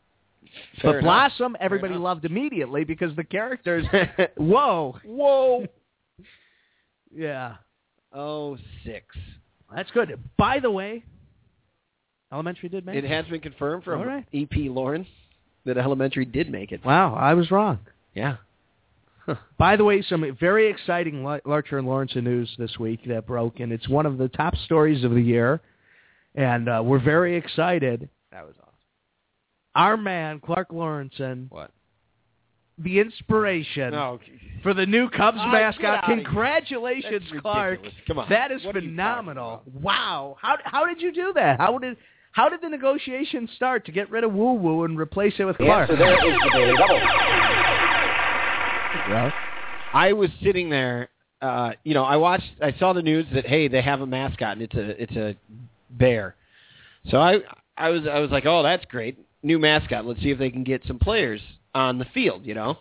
fair
but
enough. [laughs]
blossom, everybody
enough.
loved immediately because the characters. whoa,
Whoa.
yeah,
Oh six.
that's good. By the way, Elementary did make
It has been confirmed from
All right.
EP Lauren that Elementary did make it.
Wow, I was wrong.
Yeah.
By the way, some very exciting Lar- Larcher and Lawrence news this week that broke, and it's one of the top stories of the year, and uh, we're very excited.
That was awesome.
Our man Clark Lawrenson,
What?
the inspiration
No.
for the new Cubs
Oh,
mascot.
get outta here.
Congratulations,
That's
Clark!
ridiculous. Come on.
that is
What are you
phenomenal.
talking
Wow how how did you do that? How did how did the negotiations start to get rid of Woo Woo and replace it with Clark? Well,
I was sitting there. Uh, you know, I watched. I saw the news that hey, they have a mascot and it's a it's a bear. So I I was I was like, oh, that's great, new mascot. Let's see if they can get some players on the field. You know,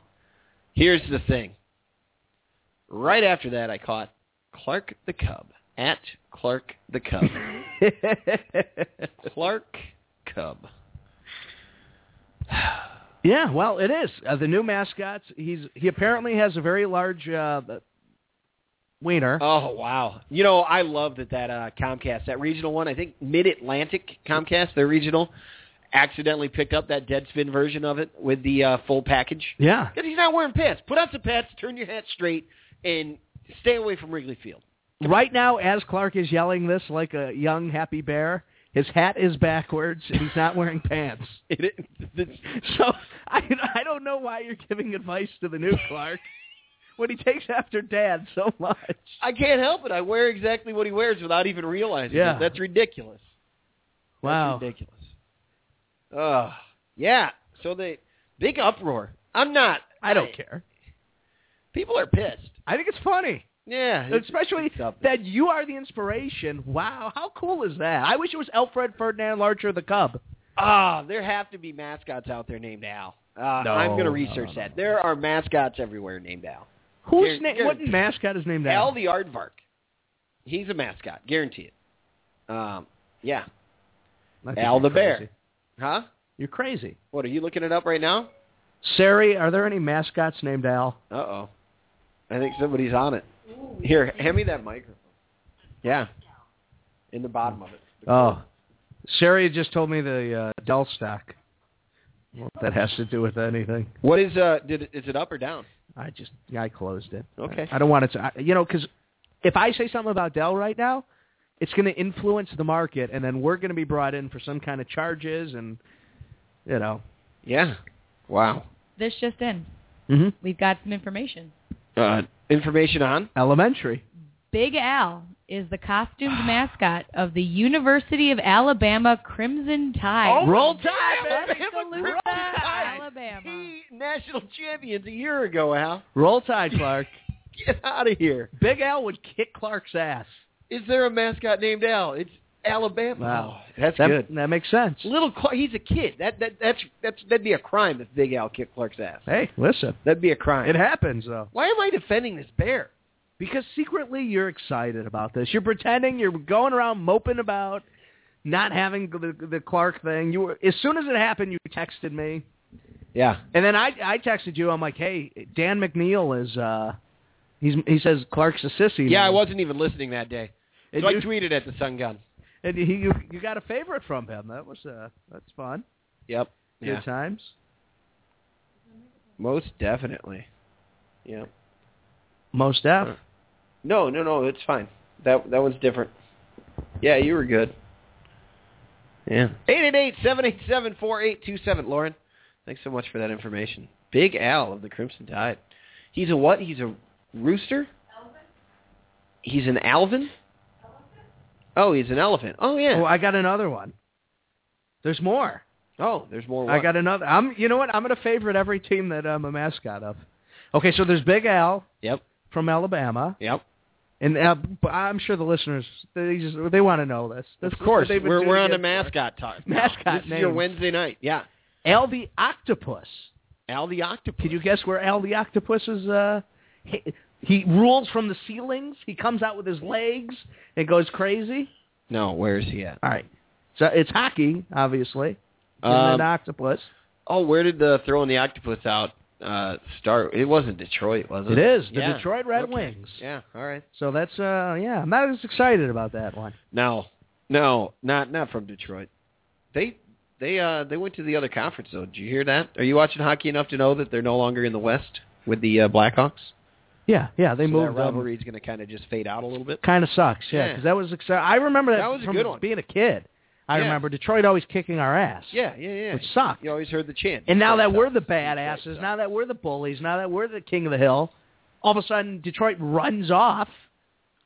here's the thing. Right after that, I caught Clark the Cub at Clark the Cub.
[laughs]
Clark Cub. [sighs]
Yeah, well, it is uh, the new mascots. He's he apparently has a very large uh, wiener.
Oh wow! You know I love that that uh, Comcast, that regional one. I think Mid Atlantic Comcast, their regional, accidentally picked up that Deadspin version of it with the uh, full package.
yeah,
Because he's not wearing pants. Put on some pants, turn your hat straight, and stay away from Wrigley Field. [laughs]
right now, as Clark is yelling this like a young happy bear, his hat is backwards and he's not wearing pants. [laughs]
It, it-
So I I don't know why you're giving advice to the new Clark when he takes after Dad so much.
I can't help it. I wear exactly what he wears without even realizing.
Yeah.
it. that's ridiculous.
Wow.
That's ridiculous. Uh, yeah. So they big uproar. I'm not.
I don't care.
People are pissed.
I think it's funny.
Yeah, it's-
especially
it's something.
that you are the inspiration. Wow, how cool is that? I wish it was Alfred Ferdinand Larcher the Cub.
Ah, there have to be mascots out there named Al. Uh,
No,
I'm going
no,
to research
no,
that. There are mascots everywhere named Al.
Who's
Guar-
name? What
guaranteed.
mascot is named
Al
Al?
the Aardvark. He's a mascot. Guarantee it. Um, yeah.
I think
Al
you're
the Bear.
crazy.
Huh?
You're crazy.
What, are you looking it up right now?
Sari, are there any mascots named Al?
Uh-oh. I think somebody's on it. Here, hand me that microphone. Yeah. In the bottom of it.
Oh, Sari just told me the uh, Dell stock. Well, that has to do with anything.
What is, uh, did, is it up or down?
I just I closed it.
Okay.
I don't want it to. I, you know, because if I say something about Dell right now, it's going to influence the market, and then we're going to be brought in for some kind of charges, and you know.
Yeah. Wow.
This just in.
Mm-hmm.
We've got some information.
Uh, information on?
Elementary.
Big Al is the costumed
[sighs]
mascot of the University of Alabama Crimson Tide.
Oh,
Roll Tide,
Let's
baby.
salute
Roll
the
Tide.
Alabama.
He- national champions a year ago, Al.
Roll Tide, [laughs] Clark.
Get out of here.
Big Al would kick Clark's ass.
Is there a mascot named Al? It's Alabama.
Wow.
Oh, that's
that,
good.
That makes sense.
Little Clark, he's a kid. That that that's that's that'd be a crime if Big Al kicked Clark's ass.
Hey, listen,
That'd be a crime.
it happens though.
Why am I defending this bear?
Because secretly you're excited about this. You're pretending you're going around moping about not having the, the Clark thing. You were, as soon as it happened, you texted me,
Yeah.
and then I I texted you. I'm like, hey, Dan McNeil is uh, he's he says Clark's a sissy.
Yeah,
now.
I wasn't even listening that day.
And
so
you-
I tweeted at the Sun Gun.
And he, you you got a favorite from him. That was uh that's fun.
Yep.
Good times.
Most definitely. Yeah.
Most F.
No, no, no, it's fine. That that one's different. Yeah, you were good. Yeah. 888-787-4827, Lauren. Thanks so much for that information. Big Al of the Crimson Tide. He's a what? He's a rooster? He's an alvin? Oh, he's an elephant. Oh yeah.
Oh, I got another one. There's more.
oh, there's more.
I got another. I'm. You know what? I'm gonna favorite every team that I'm a mascot of. Okay, so there's Big Al
Yep.
from Alabama,
Yep.
and uh, b- I'm sure the listeners they just they want to know this. this
Of course,
is what they've been
we're
doing
we're on a
against us.
mascot talk. This
Mascot
is your
names.
Wednesday night. Yeah.
Al the Octopus.
Al the octopus.
Could you guess where Al the Octopus is? Uh, he, he rules from the ceilings. He comes out with his legs and goes crazy.
No, where is he at?
All right, so it's hockey, obviously. And
Um,
an octopus.
Oh, where did the throwing the octopus out uh, start? It wasn't Detroit, was it?
It is the
Yeah.
Detroit Red
Okay.
Wings.
Yeah. All right.
So that's uh yeah, I'm not as excited about that one.
No, no, not not from Detroit. They they uh they went to the other conference though. Did you hear that? Are you watching hockey enough to know that they're no longer in the West with the uh, Blackhawks?
Yeah, yeah, they
so
moved
that
them.
rivalry's going to kind of just fade out a little bit.
Kind of sucks, yeah,
Yeah.
because that was exciting. I remember that,
That was a
from
good one.
being a kid. I
Yeah.
remember Detroit always kicking our ass.
Yeah, yeah, yeah.
which sucked.
You always heard the chant.
and now that
Detroit
we're the
sucks. Detroit
badasses,
sucks.
now that we're the bullies, now that we're the king of the hill, all of a sudden Detroit runs off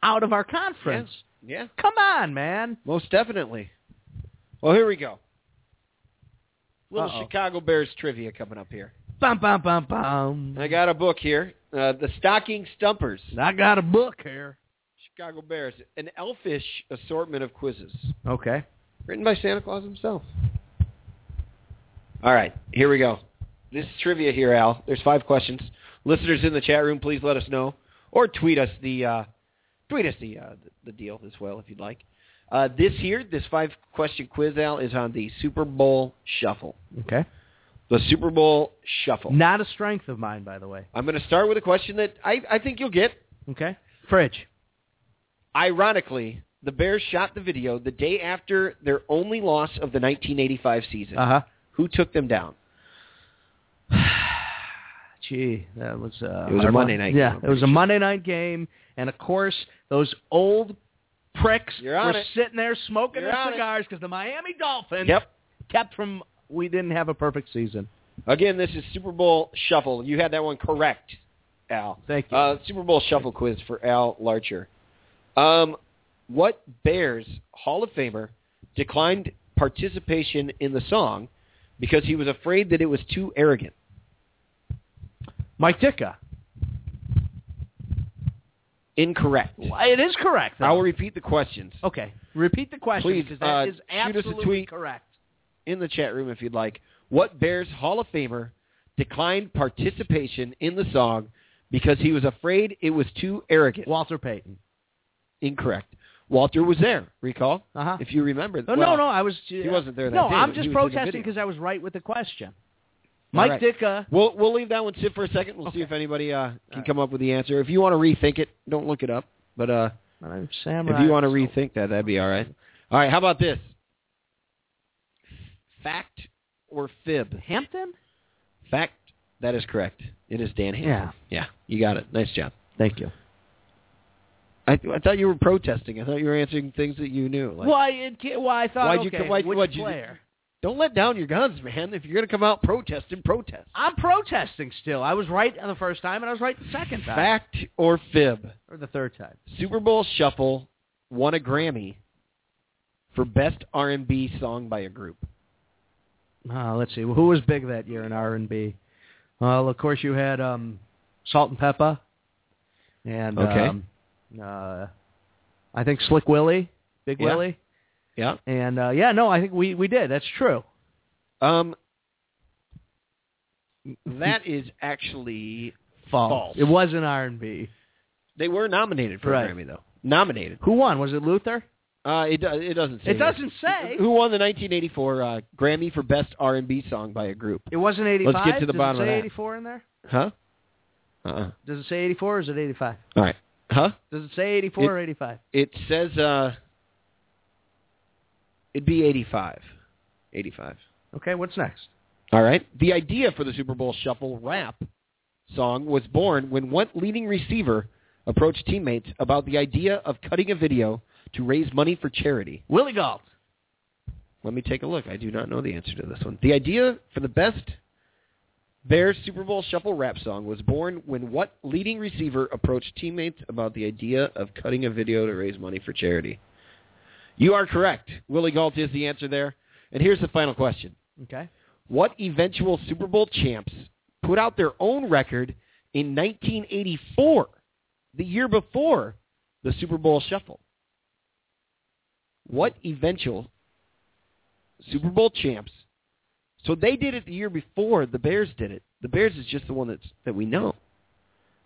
out of our conference.
yeah,
Come on, man.
most definitely. Well, here we go. Little
Uh-oh.
Chicago Bears trivia coming up here.
Bum bum bum bum.
I got a book here. Uh, the Stocking Stumpers.
I got a book here.
Chicago Bears. An elfish assortment of quizzes.
Okay.
Written by Santa Claus himself. All right, here we go. This is trivia here, Al. There's five questions. Listeners in the chat room, please let us know. Or tweet us the uh, tweet us the, uh, the the deal as well if you'd like. Uh, this here, this five question quiz, Al, is on the Super Bowl shuffle.
Okay.
The Super Bowl shuffle.
Not a strength of mine, by the way.
I'm going to start with a question that I, I think you'll get.
Okay. Fridge.
Ironically, the Bears shot the video the day after their only loss of the 1985 season.
Uh huh.
Who took them down?
[sighs] Gee, that was uh,
It was a
our
Monday
Mon-
night
Yeah,
game, I'm
it was a
pretty
Monday night game, and of course those old pricks
You're on
were
it.
sitting there smoking
You're
their
on it.
cigars because the Miami Dolphins
Yep.
kept from. We didn't have a perfect season.
Again, this is Super Bowl Shuffle. You had that one correct, Al.
Thank you.
Uh, Super Bowl Shuffle quiz for Al Larcher. Um, what Bears Hall of Famer declined participation in the song because he was afraid that it was too arrogant?
Mike Ditka.
Incorrect.
It is correct. though.
I will repeat the questions.
okay, repeat the question
Please,
because
uh,
that is
shoot us a
absolutely
tweet.
correct.
in the chat room if you'd like. What Bears Hall of Famer declined participation in the song because he was afraid it was too arrogant?
Walter Payton.
Incorrect. Walter was there, recall?
Uh-huh.
If you remember.
No,
Uh, well,
no, no. I was. He
wasn't there that
No,
day,
I'm
but he was
just
in the
protesting
video.
because I was right with the question.
All right.
Mike Ditka.
We'll, we'll leave that one sit for a second. We'll see if anybody uh, can come up with the answer. If you want to rethink it, don't look it up. But uh,
Sam.
if you want to rethink that, that'd be all right. All right, how about this? Fact or fib?
Hampton.
Fact. That is correct. It is Dan Hampton. Yeah, you got it. Nice job.
Thank you.
I, I thought you were protesting. I thought you were answering things that you knew. Like,
why? It, ca- why I thought
Why'd you
okay,
co- why'd-
which
why'd you-
player?
Don't let down your guns, man. If you're going to come out protesting, protest.
I'm protesting still. I was right on the first time, and I was right the second time
Fact or fib?
or the third time.
Super Bowl Shuffle won a Grammy for best R&B song by a group.
Uh, let's see. Who was big that year in R&B? Well, of course you had um, Salt and Peppa, and
Okay.
um, uh, I think Slick Willie, Big
Yeah.
Willie,
Yeah.
and uh, yeah, no, I think we we did. That's true.
Um, that is actually Mm-hmm. false.
It was in R&B.
They were nominated for
Right.
a Grammy though. Nominated.
Who won? Was it Luther?
Uh, it do- it doesn't say.
It doesn't say.
Who won the 1984 uh, Grammy for best R&B song by a group?
It wasn't 85.
Let's get to the
Does
bottom
it
of
say
that.
84 in there?
Huh? Uh-uh.
Does it say 84 or is it 85?
All right. Huh?
Does it say 84
It-
or 85?
It says uh it'd be 85. 85.
Okay, what's next?
All right. The idea for the Super Bowl Shuffle rap song was born when one leading receiver approached teammates about the idea of cutting a video to raise money for charity.
Willie Galt.
Let me take a look. I do not know the answer to this one. The idea for the best Bears Super Bowl Shuffle rap song was born when what leading receiver approached teammates about the idea of cutting a video to raise money for charity? You are correct. Willie Galt is the answer there. And here's the final question.
Okay.
What eventual Super Bowl champs put out their own record in 1984, the year before the Super Bowl Shuffle? What eventual Super Bowl champs? So they did it the year before the Bears did it. The Bears is just the one that's, that we know.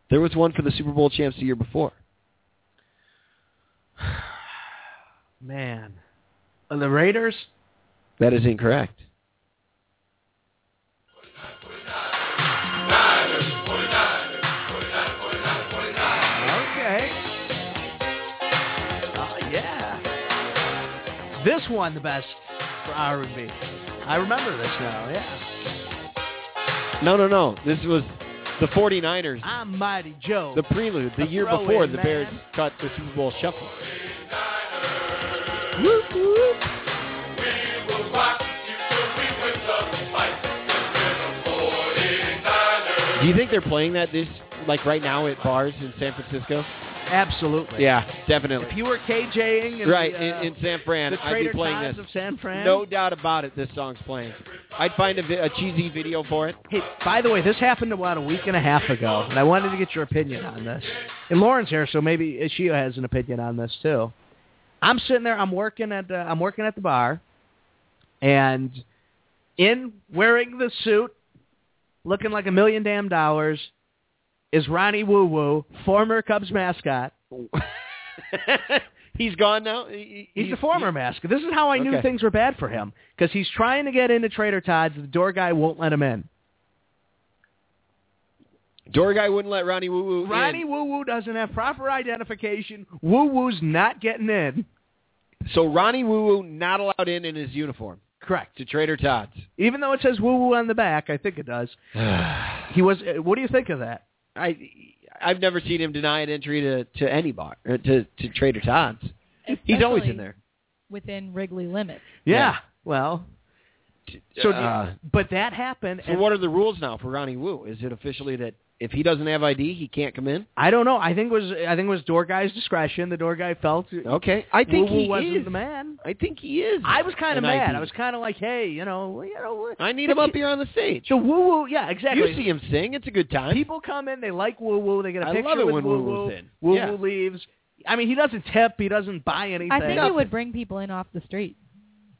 There was one for the Super Bowl champs the year before.
Man. Uh, the Raiders?
That is incorrect.
Okay. Uh, yeah. This one the best for R&B. I remember this now, yeah.
No, no, no. This was the 49ers
I'm Mighty Joe.
the prelude the
The
year
throw-in,
before the
man.
Bears cut the Super Bowl shuffle. Do you think they're playing that this like right now at bars in San Francisco?
Absolutely.
Yeah, definitely.
If you were KJing in
right
the, uh,
in, in San Fran,
the
I'd be
Trader
playing
Times
this.
of San Fran.
No doubt about it. This song's playing. I'd find a, vi- a cheesy video for it.
Hey, by the way, this happened about a week and a half ago, and I wanted to get your opinion on this. And Lauren's here, so maybe she has an opinion on this too. I'm sitting there, I'm working at the, I'm working at the bar, and in wearing the suit, looking like a million damn dollars, is Ronnie Woo Woo, former Cubs mascot.
[laughs] he's gone now. He- he-
He's the former mascot. This is how I knew
Okay.
things were bad for him because he's trying to get into Trader Todd's. The door guy won't let him in.
Door guy wouldn't let Ronnie Woo Woo. in.
Ronnie Woo Woo doesn't have proper identification. Woo Woo's not getting in.
So Ronnie Woo Woo not allowed in in his uniform
Correct.
to Trader Todd's. [sighs]
Even though it says Woo Woo on the back, I think it does. He was. uh, What do you think of that?
I I've never seen him denied entry to to any bar or to to Trader Todd's. He's always in there.
within Wrigley limits.
Yeah.
Yeah.
Well, so
Uh,
but that happened.
so
and
what are the rules now for Ronnie Woo? Is it officially that if he doesn't have ID, he can't come in?
I don't know. I think it was I think it was door guy's discretion. The door guy felt
Okay, I
Woo
think
Woo
he
wasn't
is.
the man.
I think he is.
I was kind of
an
mad.
ID.
I was kind of like, hey, you know, you know. what-
I need him up here on the stage.
So Woo Woo, yeah, exactly.
You see him sing; it's a good time.
[laughs] People come in, they like Woo Woo, they get a
I
picture
love it
with
when
Woo
Woo
Woo.
Woo's in.
Woo
Yeah.
Woo leaves. I mean, he doesn't tip, he doesn't buy anything.
I think
Nothing.
it would bring people in off the street.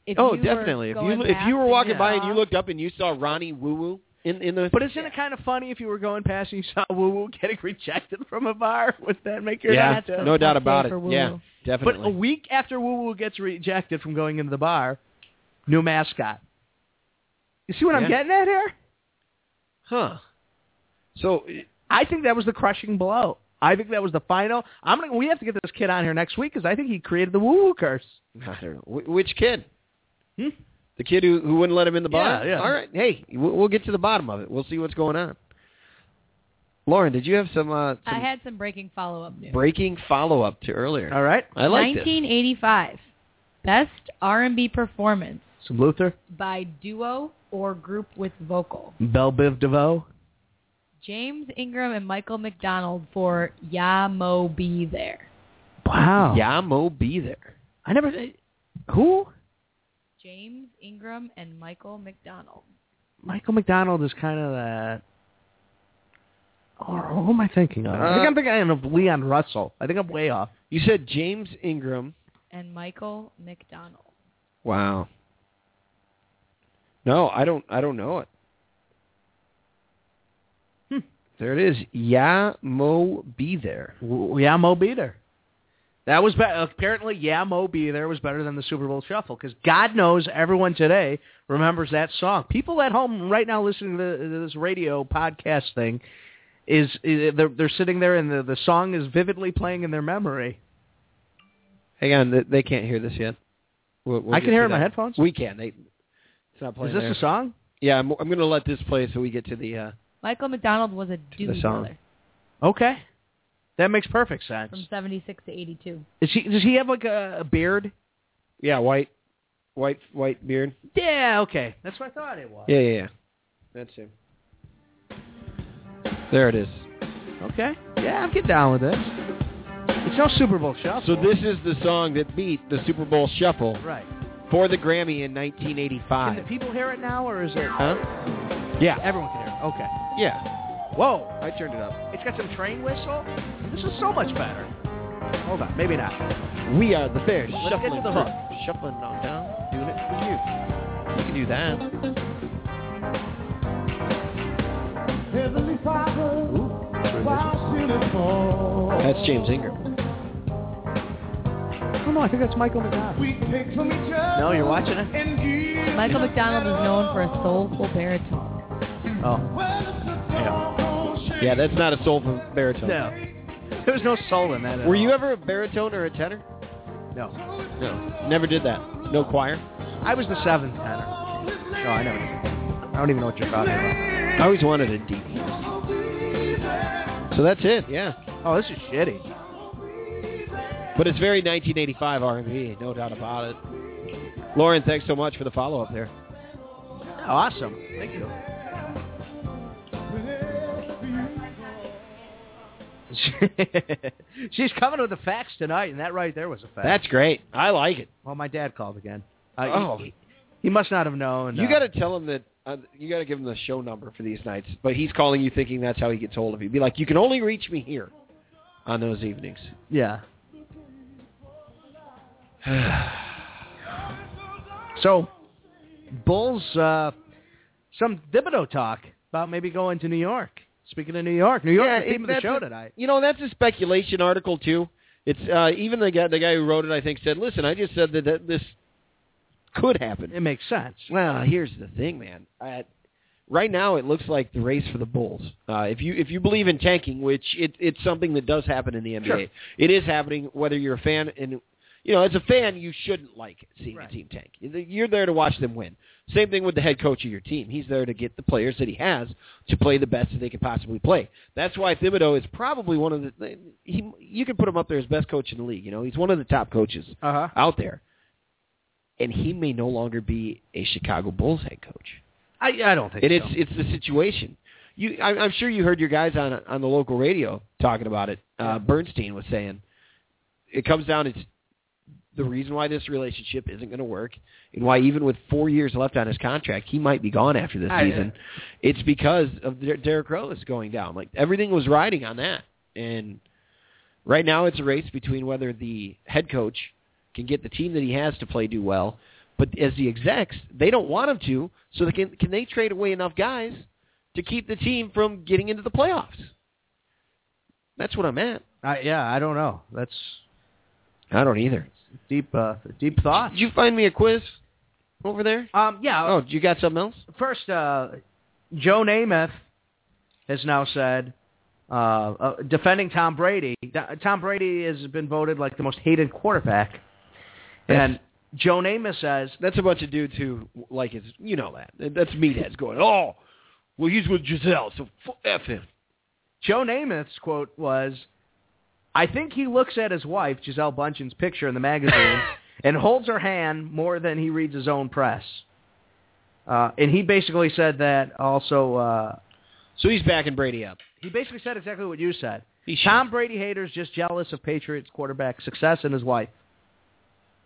If
oh,
you were
definitely. If
going
you if
past
you were walking
saw-
by and you looked up and you saw Ronnie Woo Woo in in the
But isn't it kind of funny if you were going past and you saw Woo Woo getting [laughs] rejected from a bar? Would that make your
yeah,
night, too?
no doubt
Tough day
about it.
for Woo
Yeah,
Woo.
But
definitely.
a week after Woo Woo gets rejected from going into the bar, new mascot. You see what I'm
Yeah.
getting at here?
Huh. So
I think that was the crushing blow. I think that was the final. I'm gonna. We have to get this kid on here next week because I think he created the Woo Woo curse.
I don't know Wh- which kid.
Hmm?
The kid who who wouldn't let him in the bar.
Yeah, yeah.
All right. Hey, we'll, we'll get to the bottom of it. We'll see what's going on. Lauren, did you have some, uh,
I
some
had some breaking follow-up news.
breaking follow up to earlier?
All right.
I like this.
1985, best R&B performance
Some Luther.
by duo or group with vocal.
Belle Biv DeVoe.
James Ingram and Michael McDonald for Ya Mo Be There.
Wow.
Yeah, Mo be there.
I never. Who?
James Ingram and Michael McDonald.
Michael McDonald is kind of that. Or who am I thinking of? I think
Uh,
I'm thinking of Leon Russell. I think I'm way off.
You said James Ingram.
And Michael McDonald.
Wow. No, I don't. I don't know it.
Hmm.
There it is. Ya Mo be there.
W- Yeah, Mo Beater. That was be- apparently yeah, Mo Beater was better than the Super Bowl Shuffle because God knows everyone today remembers that song. People at home right now listening to, to this radio podcast thing is, is they're, they're sitting there and the, the song is vividly playing in their memory.
Hang on, they, they can't hear this yet. We'll- we'll
I
get
can hear
to
it in my
that.
headphones.
We can. They. It's not
Is
playing.
this
there.
a song?
Yeah, I'm, I'm going to let this play so we get to the. Uh,
Michael McDonald was a Doobie
song.
Brother
Okay, that makes perfect sense.
from 76 to 82.
Is he, does he have like a, a beard?
yeah, white, white, white beard.
Yeah, okay. That's what I thought it was.
Yeah, yeah, yeah. That's him. There it is.
Okay. Yeah, I'm getting down with this. It's no Super Bowl shuffle.
So this is the song that beat the Super Bowl Shuffle
Right.
for the Grammy in
Can the
1985.
people hear it now, or is it?
Huh?
Yeah, everyone can hear it. Okay.
Yeah,
Whoa,
I turned it up.
it's got some train whistle. This is so much better. Hold on, maybe not.
We are the Bears.
Let's get to
shuffling
the
through.
hook.
Shuffling on down, doing it for you. You can do that. That's James Ingram.
Oh no, I think that's Michael McDonald. No, you're watching it.
Michael McDonald is known for a soulful baritone.
Oh,
Yeah, that's not a soulful baritone.
no. There was no soul in that. at
Were you
all.
ever a baritone or a tenor?
No,
No, never did that. No choir.
I was the seventh tenor. No, I never. did. I don't even know what you're talking about.
I always wanted a D. So that's it. Yeah.
Oh, this is shitty.
But it's very 1985 R&B, no doubt about it. Lauren, thanks so much for the follow-up there.
Oh, Awesome. Thank you. [laughs] She's coming with the facts tonight, and that right there was a fact.
That's great. I like it.
well, my dad called again. Uh, he-
Oh.
he, he must not have known.
You
uh,
got to tell him that uh, you got to give him the show number for these nights. But he's calling you thinking that's how he gets hold of you. Be like, you can only reach me here on those evenings.
Yeah. [sighs] so, Bulls, uh, some Thibodeau talk about maybe going to New York. Speaking of New York, New York is the theme of the
that's
show
a-
tonight.
You know, that's a speculation article too. It's uh, even the guy the guy who wrote it, I think, said, "Listen, I just said that, that this could happen."
It makes sense.
Well, here's the thing, man. Uh, right now, it looks like the race for the Bulls. Uh, if you if you believe in tanking, which it, it's something that does happen in the NBA,
Sure.
it is happening. Whether you're a fan and you know, as a fan, you shouldn't like seeing
Right.
a team tank. You're there to watch them win. Same thing with the head coach of your team. He's there to get the players that he has to play the best that they could possibly play. That's why Thibodeau is probably one of the. He, you can put him up there as best coach in the league. You know, he's one of the top coaches
Uh huh.
out there. And he may no longer be a Chicago Bulls head coach.
I I don't think
And it's
so.
it's the situation. You, I, I'm sure you heard your guys on on the local radio talking about it. Uh, Bernstein was saying it comes down. It's the reason why this relationship isn't going to work, and why even with four years left on his contract, he might be gone after this
I-
season. It's because of Der- Derrick Rose going down. Like everything was riding on that, and right now it's a race between whether the head coach can get the team that he has to play do well, but as the execs, they don't want him to. So they can can they trade away enough guys to keep the team from getting into the playoffs? That's what I'm at.
I, yeah, I don't know. That's
I don't either.
deep uh, deep thought.
Did you find me a quiz over there?
Um, yeah.
Oh, you got something else?
First, uh, Joe Namath has now said, uh, uh, defending Tom Brady. Th- Tom Brady has been voted like the most hated quarterback, and Joe Namath says,
That's a bunch of dudes who like his. You know that. That's meatheads going. Oh, well, he's with Giselle, so f- f him.
Joe Namath's quote was, "I think he looks at his wife Giselle Bundchen's picture in the magazine and holds her hand more than he reads his own press." Uh, and he basically said that also. Uh,
So he's backing Brady up.
he basically said exactly what you said.
He
Tom Brady haters just jealous of Patriots quarterback success and his wife.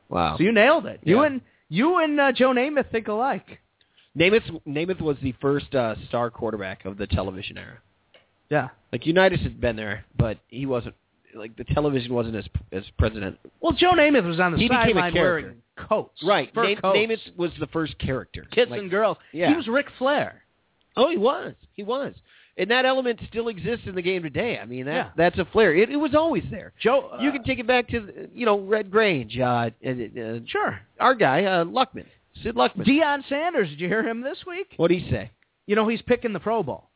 Wow.
So you nailed it. You
Oh. Yeah.
and you and uh, Joe Namath think alike.
Namath Namath was the first uh, star quarterback of the television era.
Yeah.
Like Unitas had been there, but he wasn't. Like the television wasn't as as president.
Well, Joe Namath was on the
He became a
sideline
character.
wearing coats,
Right.
Fur
Nam-
coats,
Namath was the first character.
kids
Like-
and girls.
Yeah.
He was Ric Flair.
Oh, he was. He was. And that element still exists in the game today. I mean, that
Yeah.
that's a flair. It, it was always there.
Joe, uh,
you can take it back to you know Red Grange, uh, uh, uh,
sure.
our guy uh, Luckman, Sid Luckman.
Deion Sanders. Did you hear him this week?
what do he say?
You know he's picking the Pro Bowl.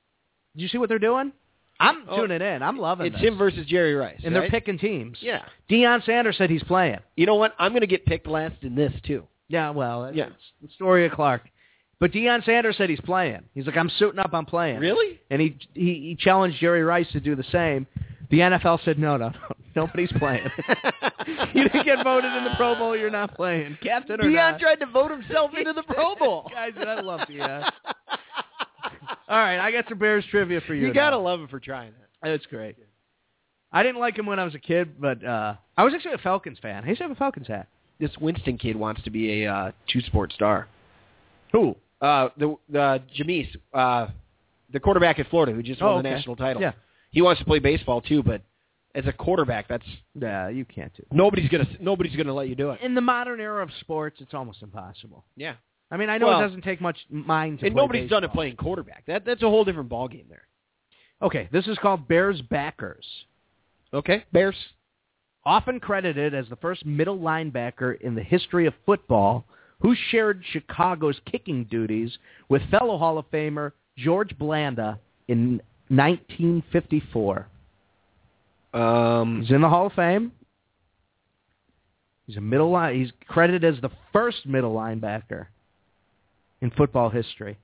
Did you see what they're doing? I'm
Oh,
tuning in. I'm loving
It's
this.
him versus Jerry Rice,
and
right?
they're picking teams.
Yeah.
Deion Sanders said he's playing.
You know what? I'm going to get picked last in this too.
Yeah, well, it's
Yeah.
it's the story of Clark. But Deion Sanders said he's playing. He's like, I'm suiting up, I'm playing.
Really?
And he he, he challenged Jerry Rice to do the same. The NFL said, no, no, no, [laughs] nobody's playing. you didn't get voted in the Pro Bowl, you're not playing. Captain or
Deion
not.
tried to [laughs] vote himself into the Pro [laughs] Bowl.
Guys, I love Deion. All right, I got some Bears trivia for you.
You gotta
now.
love him for trying that.
That's great. I didn't like him when I was a kid, but uh I was actually a Falcons fan. I used to have a Falcons hat.
This Winston kid wants to be a uh, two-sport star.
Who?
Uh, the the Jameis, uh, the quarterback at Florida who just won
Oh,
the
okay.
national title.
Yeah.
He wants to play baseball too, but as a quarterback, that's
Nah, you can't do.
nobody's gonna nobody's gonna let you do it.
in the modern era of sports, it's almost impossible.
Yeah.
I mean, I know
Well-
it doesn't take much mind to
And
play
nobody's done it
baseball.
playing quarterback. That that's a whole different ballgame there.
Okay, this is called Bears backers,
Okay. Bears.
often credited as the first middle linebacker in the history of football, who shared Chicago's kicking duties with fellow Hall of Famer George Blanda in 1954.
Um.
He's in the Hall of Fame. He's a middle line. He's credited as the first middle linebacker in football history.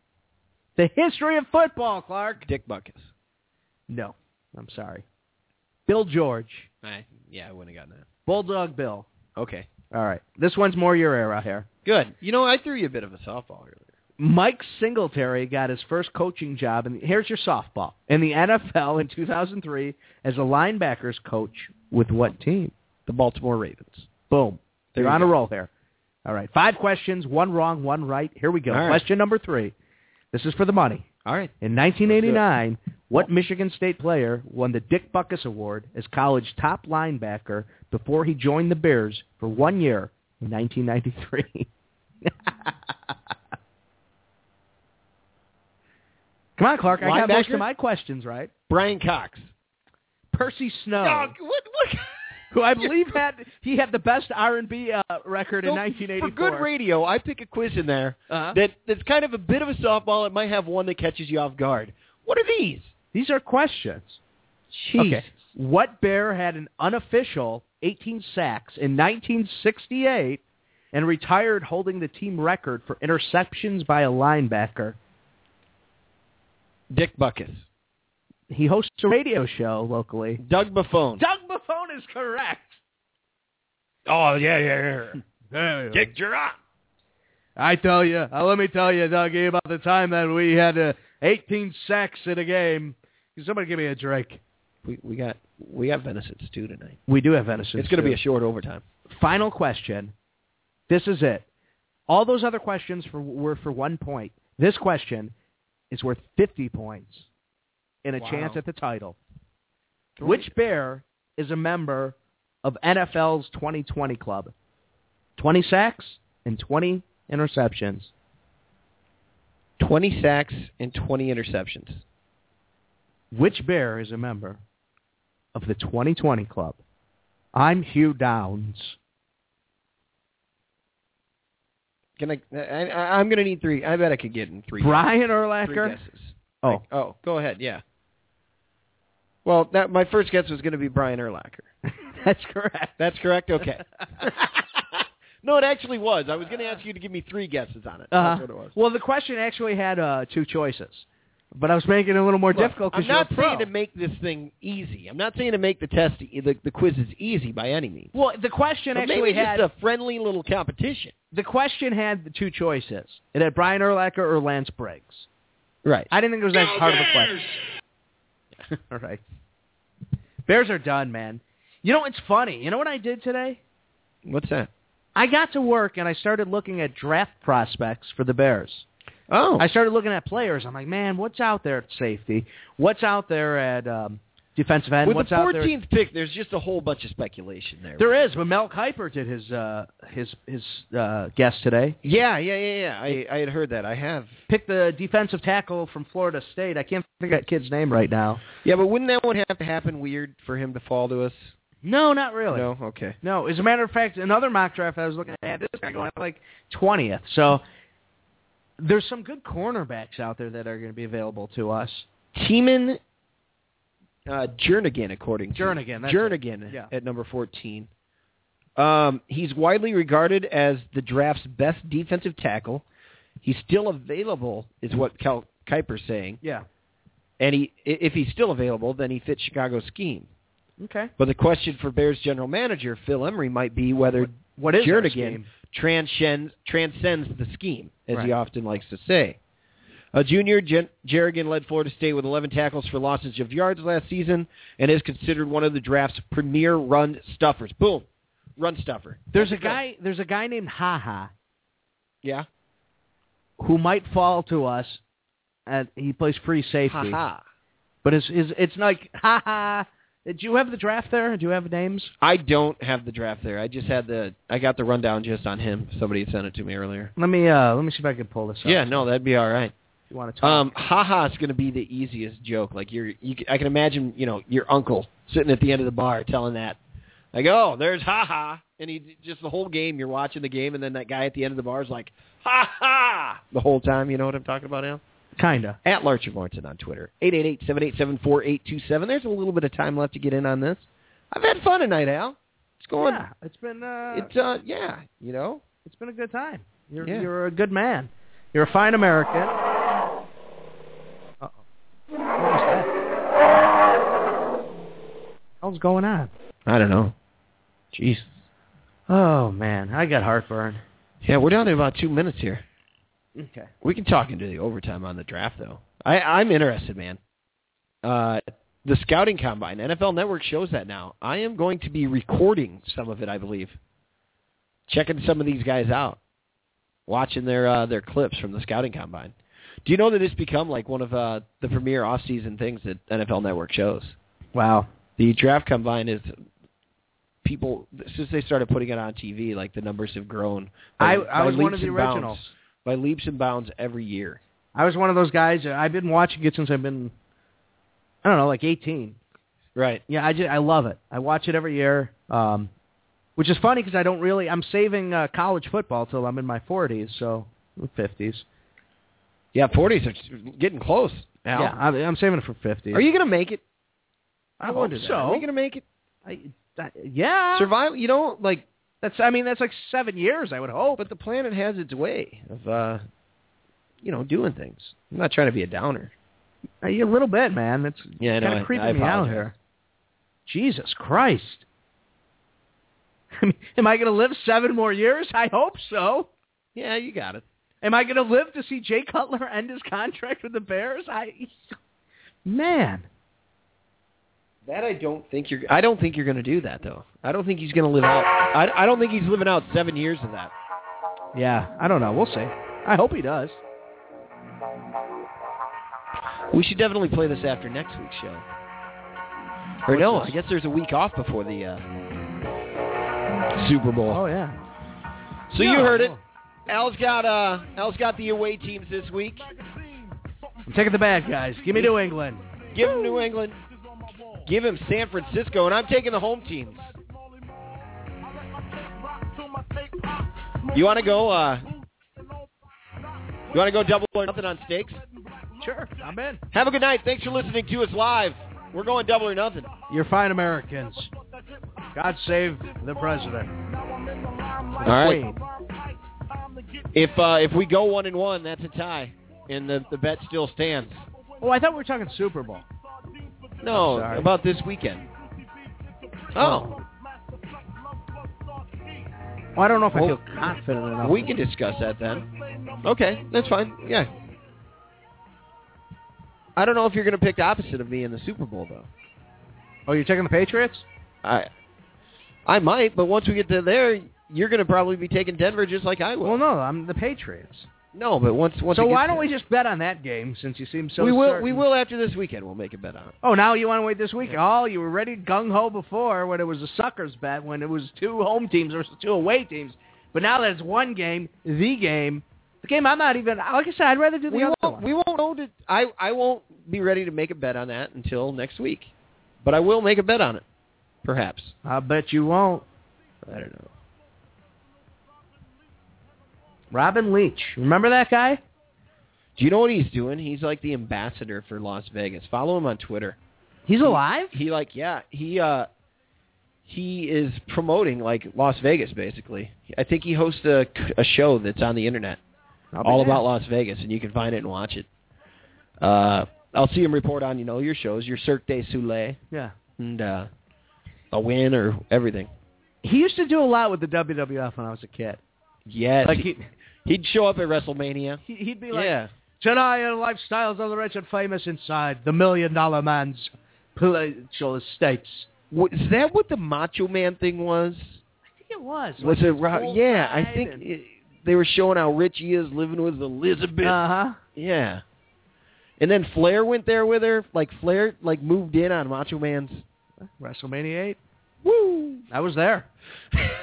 The history of football, Clark.
Dick Buckus.
No, I'm sorry. Bill George,
I, yeah, I wouldn't have gotten that.
Bulldog Bill.
Okay.
All right, this one's more your era here.
Good. You know, I threw you a bit of a softball earlier.
Mike Singletary got his first coaching job, and here's your softball in the NFL in 2003 as a linebackers coach with what team?
The Baltimore Ravens.
Boom.
There
You're
you
on a
go.
roll here. All right. Five questions, one wrong, one right. Here we go.
All right.
Question number three. This is for the money.
All right.
In 1989, what Michigan State player won the Dick Buckus Award as college top linebacker before he joined the Bears for one year in 1993? [laughs] Come on, Clark. I got most
Linebacker?
of my questions right.
Brian Cox.
Percy Snow,
Dog, what? What?
who I believe had he had the best R&B uh, record
So,
in 1984.
For good radio, I pick a quiz in there
Uh-huh.
that that's kind of a bit of a softball. It might have one that catches you off guard. What are these?
These are questions. Okay. What bear had an unofficial 18 sacks in 1968 and retired holding the team record for interceptions by a linebacker?
Dick Buckus.
He hosts a radio show locally.
Doug Buffone.
Doug Buffone is correct.
oh yeah, yeah, Dick Gerard.
I tell you, uh, let me tell you, Dougie, about the time that we had uh, 18 sacks in a game. Can somebody give me a drink?
We we got we got venison stew tonight.
We do have venison.
It's going to be
stew.
a short overtime.
final question. This is it. All those other questions for, were for one point. This question is worth 50 points and a
Wow.
chance at the title. Which bear is a member of NFL's 2020 club? 20 sacks and 20 interceptions.
Twenty sacks and twenty interceptions.
Which bear is a member of the 2020 club? I'm Hugh Downs.
Can I? I, I I'm going to need three. I bet I could get in three.
Brian
three
Erlacher.
guesses.
Oh, [laughs]
Oh, go ahead. Yeah. Well, that, my first guess was going to be Brian Erlacher.
that's correct.
That's correct. Okay. [laughs] no, it actually was. I was going to ask you to give me three guesses on it.
Uh-huh.
That's what it was.
Well, the question actually had uh, two choices. But I was making it a little more
Look,
difficult
I'm
because you're
not
a pro.
saying to make this thing easy. I'm not saying to make the test, e, the, the quizzes easy by any means.
well, the question
But
actually
maybe
had
just a friendly little competition.
the question had the two choices. It had Brian Urlacher or Lance Briggs.
Right.
I didn't think it was that hard of a question. [laughs] All right. Bears are done, man. You know it's funny. You know what I did today?
What's that?
I got to work and I started looking at draft prospects for the Bears.
Oh.
I started looking at players. I'm like, man, what's out there at safety? What's out there at um, defensive end?
With
what's
the
out there?
14th pick, there's just a whole bunch of speculation there.
There is, but Mel Kiper did his uh, his his uh, guest today.
yeah, yeah, yeah, yeah. I, I had heard that. I have.
Pick the defensive tackle from Florida State. I can't think of that kid's name right now.
Yeah, but wouldn't that one have to happen weird for him to fall to us?
No, not really.
No? Okay.
No, as a matter of fact, another mock draft I was looking at this guy going like twentieth. So there's some good cornerbacks out there that are going to be available to us.
Teeman uh, Jernigan, according to
Jernigan, that's
Jernigan
it. Yeah.
at number 14. Um, he's widely regarded as the draft's best defensive tackle. He's still available, is what Cal Kiper's saying.
Yeah.
And he, i- if he's still available, then he fits Chicago's scheme.
Okay.
But the question for Bears general manager Phil Emery might be whether
What is our
Jernigan
scheme?
transcends, transcends the scheme, as
Right.
he often likes to say. A junior, Jen- Jerrigan led Florida State with 11 tackles for losses of yards last season and is considered one of the draft's premier run stuffers. Boom. Run stuffer.
There's a
That's it.
guy. There's a guy named Haha
Yeah.
who might fall to us, and he plays free safety.
Ha-ha.
But it's, it's it's like Haha. Do you have the draft there? Do you have names?
I don't have the draft there. I just had the I got the rundown just on him. Somebody sent it to me earlier.
Let me uh let me see if I can pull this up.
Yeah, no, that'd be all right.
If you want to talk.
Um, haha is going to be the easiest joke. Like you're, you, c- I can imagine, you know, your uncle sitting at the end of the bar telling that, like, oh, there's haha, and he just the whole game you're watching the game, and then that guy at the end of the bar is like, haha, the whole time. You know what I'm talking about, Al?
kinda.
At Larcher Lawrence on Twitter, eight eight eight seven eight seven four eight two seven. There's a little bit of time left to get in on this. I've had fun tonight, Al. It's going.
Yeah, it's been uh
It's uh, yeah, you know.
it's been a good time. You're
Yeah.
you're a good man. You're a fine American. Uh-oh. What was that? What's going on?
I don't know. Jeez.
Oh man, I got heartburn.
Yeah, we're down to about two minutes here.
Okay.
We can talk into the overtime on the draft, though. I, I'm interested, man. Uh, the scouting combine, NFL Network shows that now. I am going to be recording some of it, I believe. Checking some of these guys out, watching their uh, their clips from the scouting combine. Do you know that it's become like one of uh, the premier off-season things that NFL Network shows?
Wow.
The draft combine is people since they started putting it on TV, like the numbers have grown. by-
I- I
by
was one
leaps
of the
and bounds-
original.
by leaps and bounds every year.
I was one of those guys. uh, I've been watching it since I've been, I don't know, like 18.
Right.
Yeah, I just, I love it. I watch it every year, um, which is funny because I don't really. I'm saving uh, college football till I'm in my 40s, so 50s.
Yeah, forties are getting close. Al.
Yeah, I'm, I'm saving it for 50s.
Are you gonna make it?
I
wonder
hope
that.
so.
Are you gonna make it?
I, that, yeah.
Survive. You know, like,
That's. I mean, that's like seven years. I would hope.
but the planet has its way of, uh you know, doing things. I'm not trying to be a downer.
Uh, yeah, a little bit, man. It's
Yeah, I know.
kind
I-
of creeping
I
me out
apologize.
here. Jesus Christ. [laughs] Am I going to live seven more years? I hope so.
Yeah, you got it.
Am I going to live to see Jay Cutler end his contract with the Bears? I, man,
That I don't think you're. I don't think you're gonna do that though. I don't think he's gonna live out. I, I don't think he's living out seven years of that.
yeah, I don't know. We'll see. I hope he does.
We should definitely play this after next week's show. Or
What's
no,
this?
I guess there's a week off before the uh, Super Bowl.
Oh yeah,
So you
No.
heard it. Al's got uh, Al's got the away teams this week.
I'm taking the bad guys. Give me New England.
Give him New England. Give him San Francisco, and I'm taking the home teams. You want to go? Uh, you want to go double or nothing on stakes?
Sure, I'm in.
Have a good night. Thanks for listening to us live. We're going double or nothing.
You're fine, Americans. God save the president.
All right.
Queen.
If uh, if we go one and one, that's a tie, and the the bet still stands.
Oh, I thought we were talking Super Bowl.
No,
Sorry.
about this weekend. Oh,
Well, I don't know if I
Oh.
feel confident enough.
we can discuss that then. Okay, that's fine. Yeah. I don't know if you're going to pick the opposite of me in the Super Bowl though.
Oh, you're taking the Patriots?
I, I might, but once we get to there, you're going to probably be taking Denver just like I will.
Well, no, I'm the Patriots.
No, but once once.
so
it
why
gets
don't we
there-
just bet on that game since you seem so
we will
certain?
we will after this weekend. We'll make a bet on it.
Oh, now you want to wait this week? Oh, you were ready gung ho before when it was a suckers bet, when it was two home teams versus two away teams. But now that it's one game, the game, the game I'm not even. Like I said, I'd rather do the
We
other
won't,
one.
we won't know to, I I won't be ready to make a bet on that until next week, but I will make a bet on it, perhaps.
I bet you won't.
I don't know.
Robin Leach, remember that guy?
Do you know what he's doing? He's like the ambassador for Las Vegas. Follow him on Twitter.
He's alive.
He like yeah he uh he is promoting like Las Vegas basically. I think he hosts a, a show that's on the internet
I'll be
all
damned.
about Las Vegas, and you can find it and watch it. Uh, I'll see him report on you know your shows, your Cirque de Soleil,
Yeah,
and uh, a win or everything.
he used to do a lot with the WWF when I was a kid.
Yes,
Like
he,
he,
would show up at WrestleMania.
he- he'd be like,
yeah,
Tonight, our lifestyles of the rich and famous inside the million dollar man's palatial estates.
Wa- is that what the Macho Man thing was?
I think it was.
Was
Like,
it?
this
Ro-
whole
yeah, I
ride
think
and-
it, they were showing how rich he is living with Elizabeth.
Uh-huh.
Yeah. And then Flair went there with her. Like Flair like moved in on Macho Man's
WrestleMania 8.
[laughs] Woo.
I was there.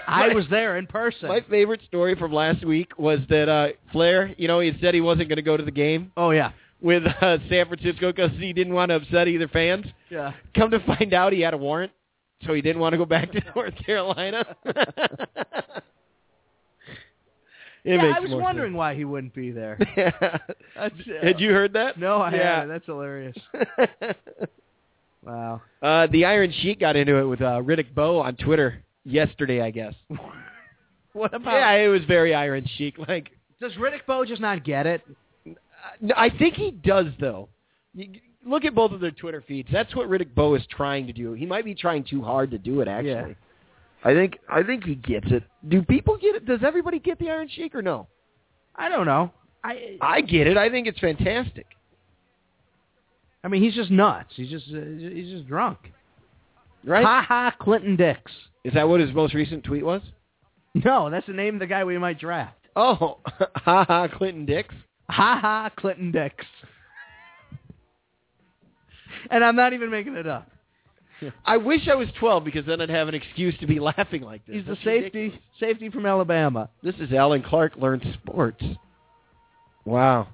I was there in person.
My favorite story from last week was that uh Flair, you know, he had said he wasn't going to go to the game
oh, yeah.
with uh, San Francisco because he didn't want to upset either fans.
Yeah.
Come to find out, he had a warrant, so he didn't want to go back to [laughs] North Carolina. [laughs] It
yeah,
makes
I was
more
wondering why he wouldn't
[laughs]
be there.
sense. [laughs]
That's, uh,
Had you heard that?
No, I
Yeah.
haven't. That's hilarious. Wow.
[laughs] Uh, the Iron Sheik got into it with uh, Riddick Bowe on Twitter yesterday, I guess.
What about...
Yeah, it was very Iron Sheik. Like,
Does Riddick Bowe just not get it?
uh, I think he does though. You, look at both of their Twitter feeds. That's what Riddick Bowe is trying to do. He might be trying too hard to do it. Actually,
Yeah.
I think I think he gets it. Do people get it? Does everybody get the Iron Sheik or no?
I don't know. I
I get it. I think it's fantastic.
I mean, he's just nuts. He's just uh, he's just drunk.
Right?
Ha ha, Clinton Dix.
Is that what his most recent tweet was?
No, that's the name of the guy we might draft.
Oh, [laughs] ha ha, Clinton Dix.
Ha ha, Clinton Dix. [laughs] and I'm not even making it up.
I wish I was 12 because then I'd have an excuse to be [laughs] laughing like this.
He's the
That's ridiculous.
safety safety from Alabama.
This is Alan Clark learns sports. Wow.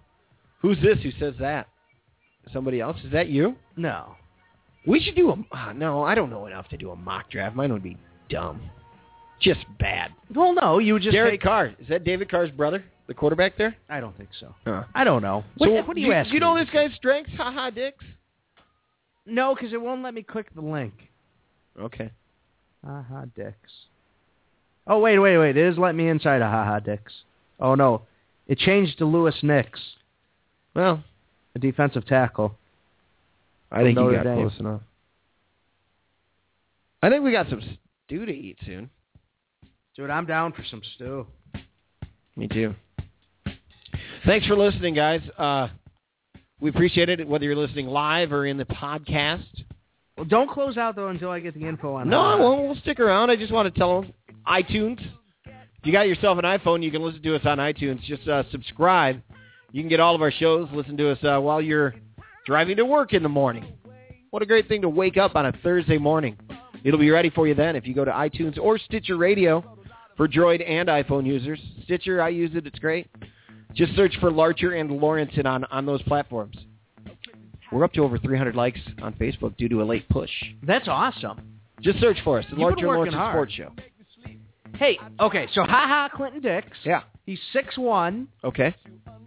Who's this who says that? Somebody else? Is that you?
No.
We should do a. ah, no, I don't know enough to do a mock draft. Mine would be dumb. Just bad.
Well, no, you would just
Derek
take.
Carr. Is that David Carr's brother, the quarterback there?
I don't think so.
Huh.
I don't know. What,
So
what do you, ask?
You know
me?
this guy's strengths? Ha ha, dicks.
No, because it won't let me click the link.
Okay.
Ha ha, Dix. Oh wait, wait, wait! It is let me inside a ha ha, Dix. Oh no, it changed to Lewis Nix,
Well,
a defensive tackle.
I think
Notre
you got
Dame.
close enough. I think we got some stew to eat soon.
Dude, I'm down for some stew.
Me too. Thanks for listening, guys. Uh, we appreciate it, whether you're listening live or in the podcast.
Well, don't close out though until I get the info on.
No,
Ha
I
Ha.
won't. We'll stick around. I just want to tell them iTunes. If you got yourself an iPhone, you can listen to us on iTunes. Just uh, subscribe. You can get all of our shows. Listen to us uh, while you're driving to work in the morning. What a great thing to wake up on a Thursday morning. It'll be ready for you then if you go to iTunes or Stitcher Radio for Droid and iPhone users. Stitcher, I use it. It's great. Just search for Larcher and Lawrenson on, on those platforms. We're up to over 300 likes on Facebook due to a late push.
That's awesome.
Just search for us, the
You've
Larcher
been
Lawrence
working hard.
Sports Show.
Hey, okay, so haha Clinton Dix.
Yeah.
He's six one
Okay.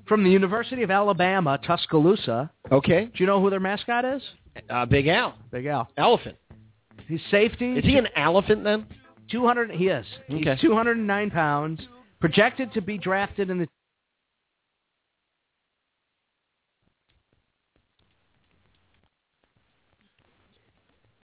from the University of Alabama, Tuscaloosa.
Okay.
Do you know who their mascot is?
Uh, Big Al,
Big Al.
elephant.
He's safety.
Is he
[laughs]
an elephant then?
two hundred he is.
Okay.
He's two hundred and nine pounds. Projected to be drafted in the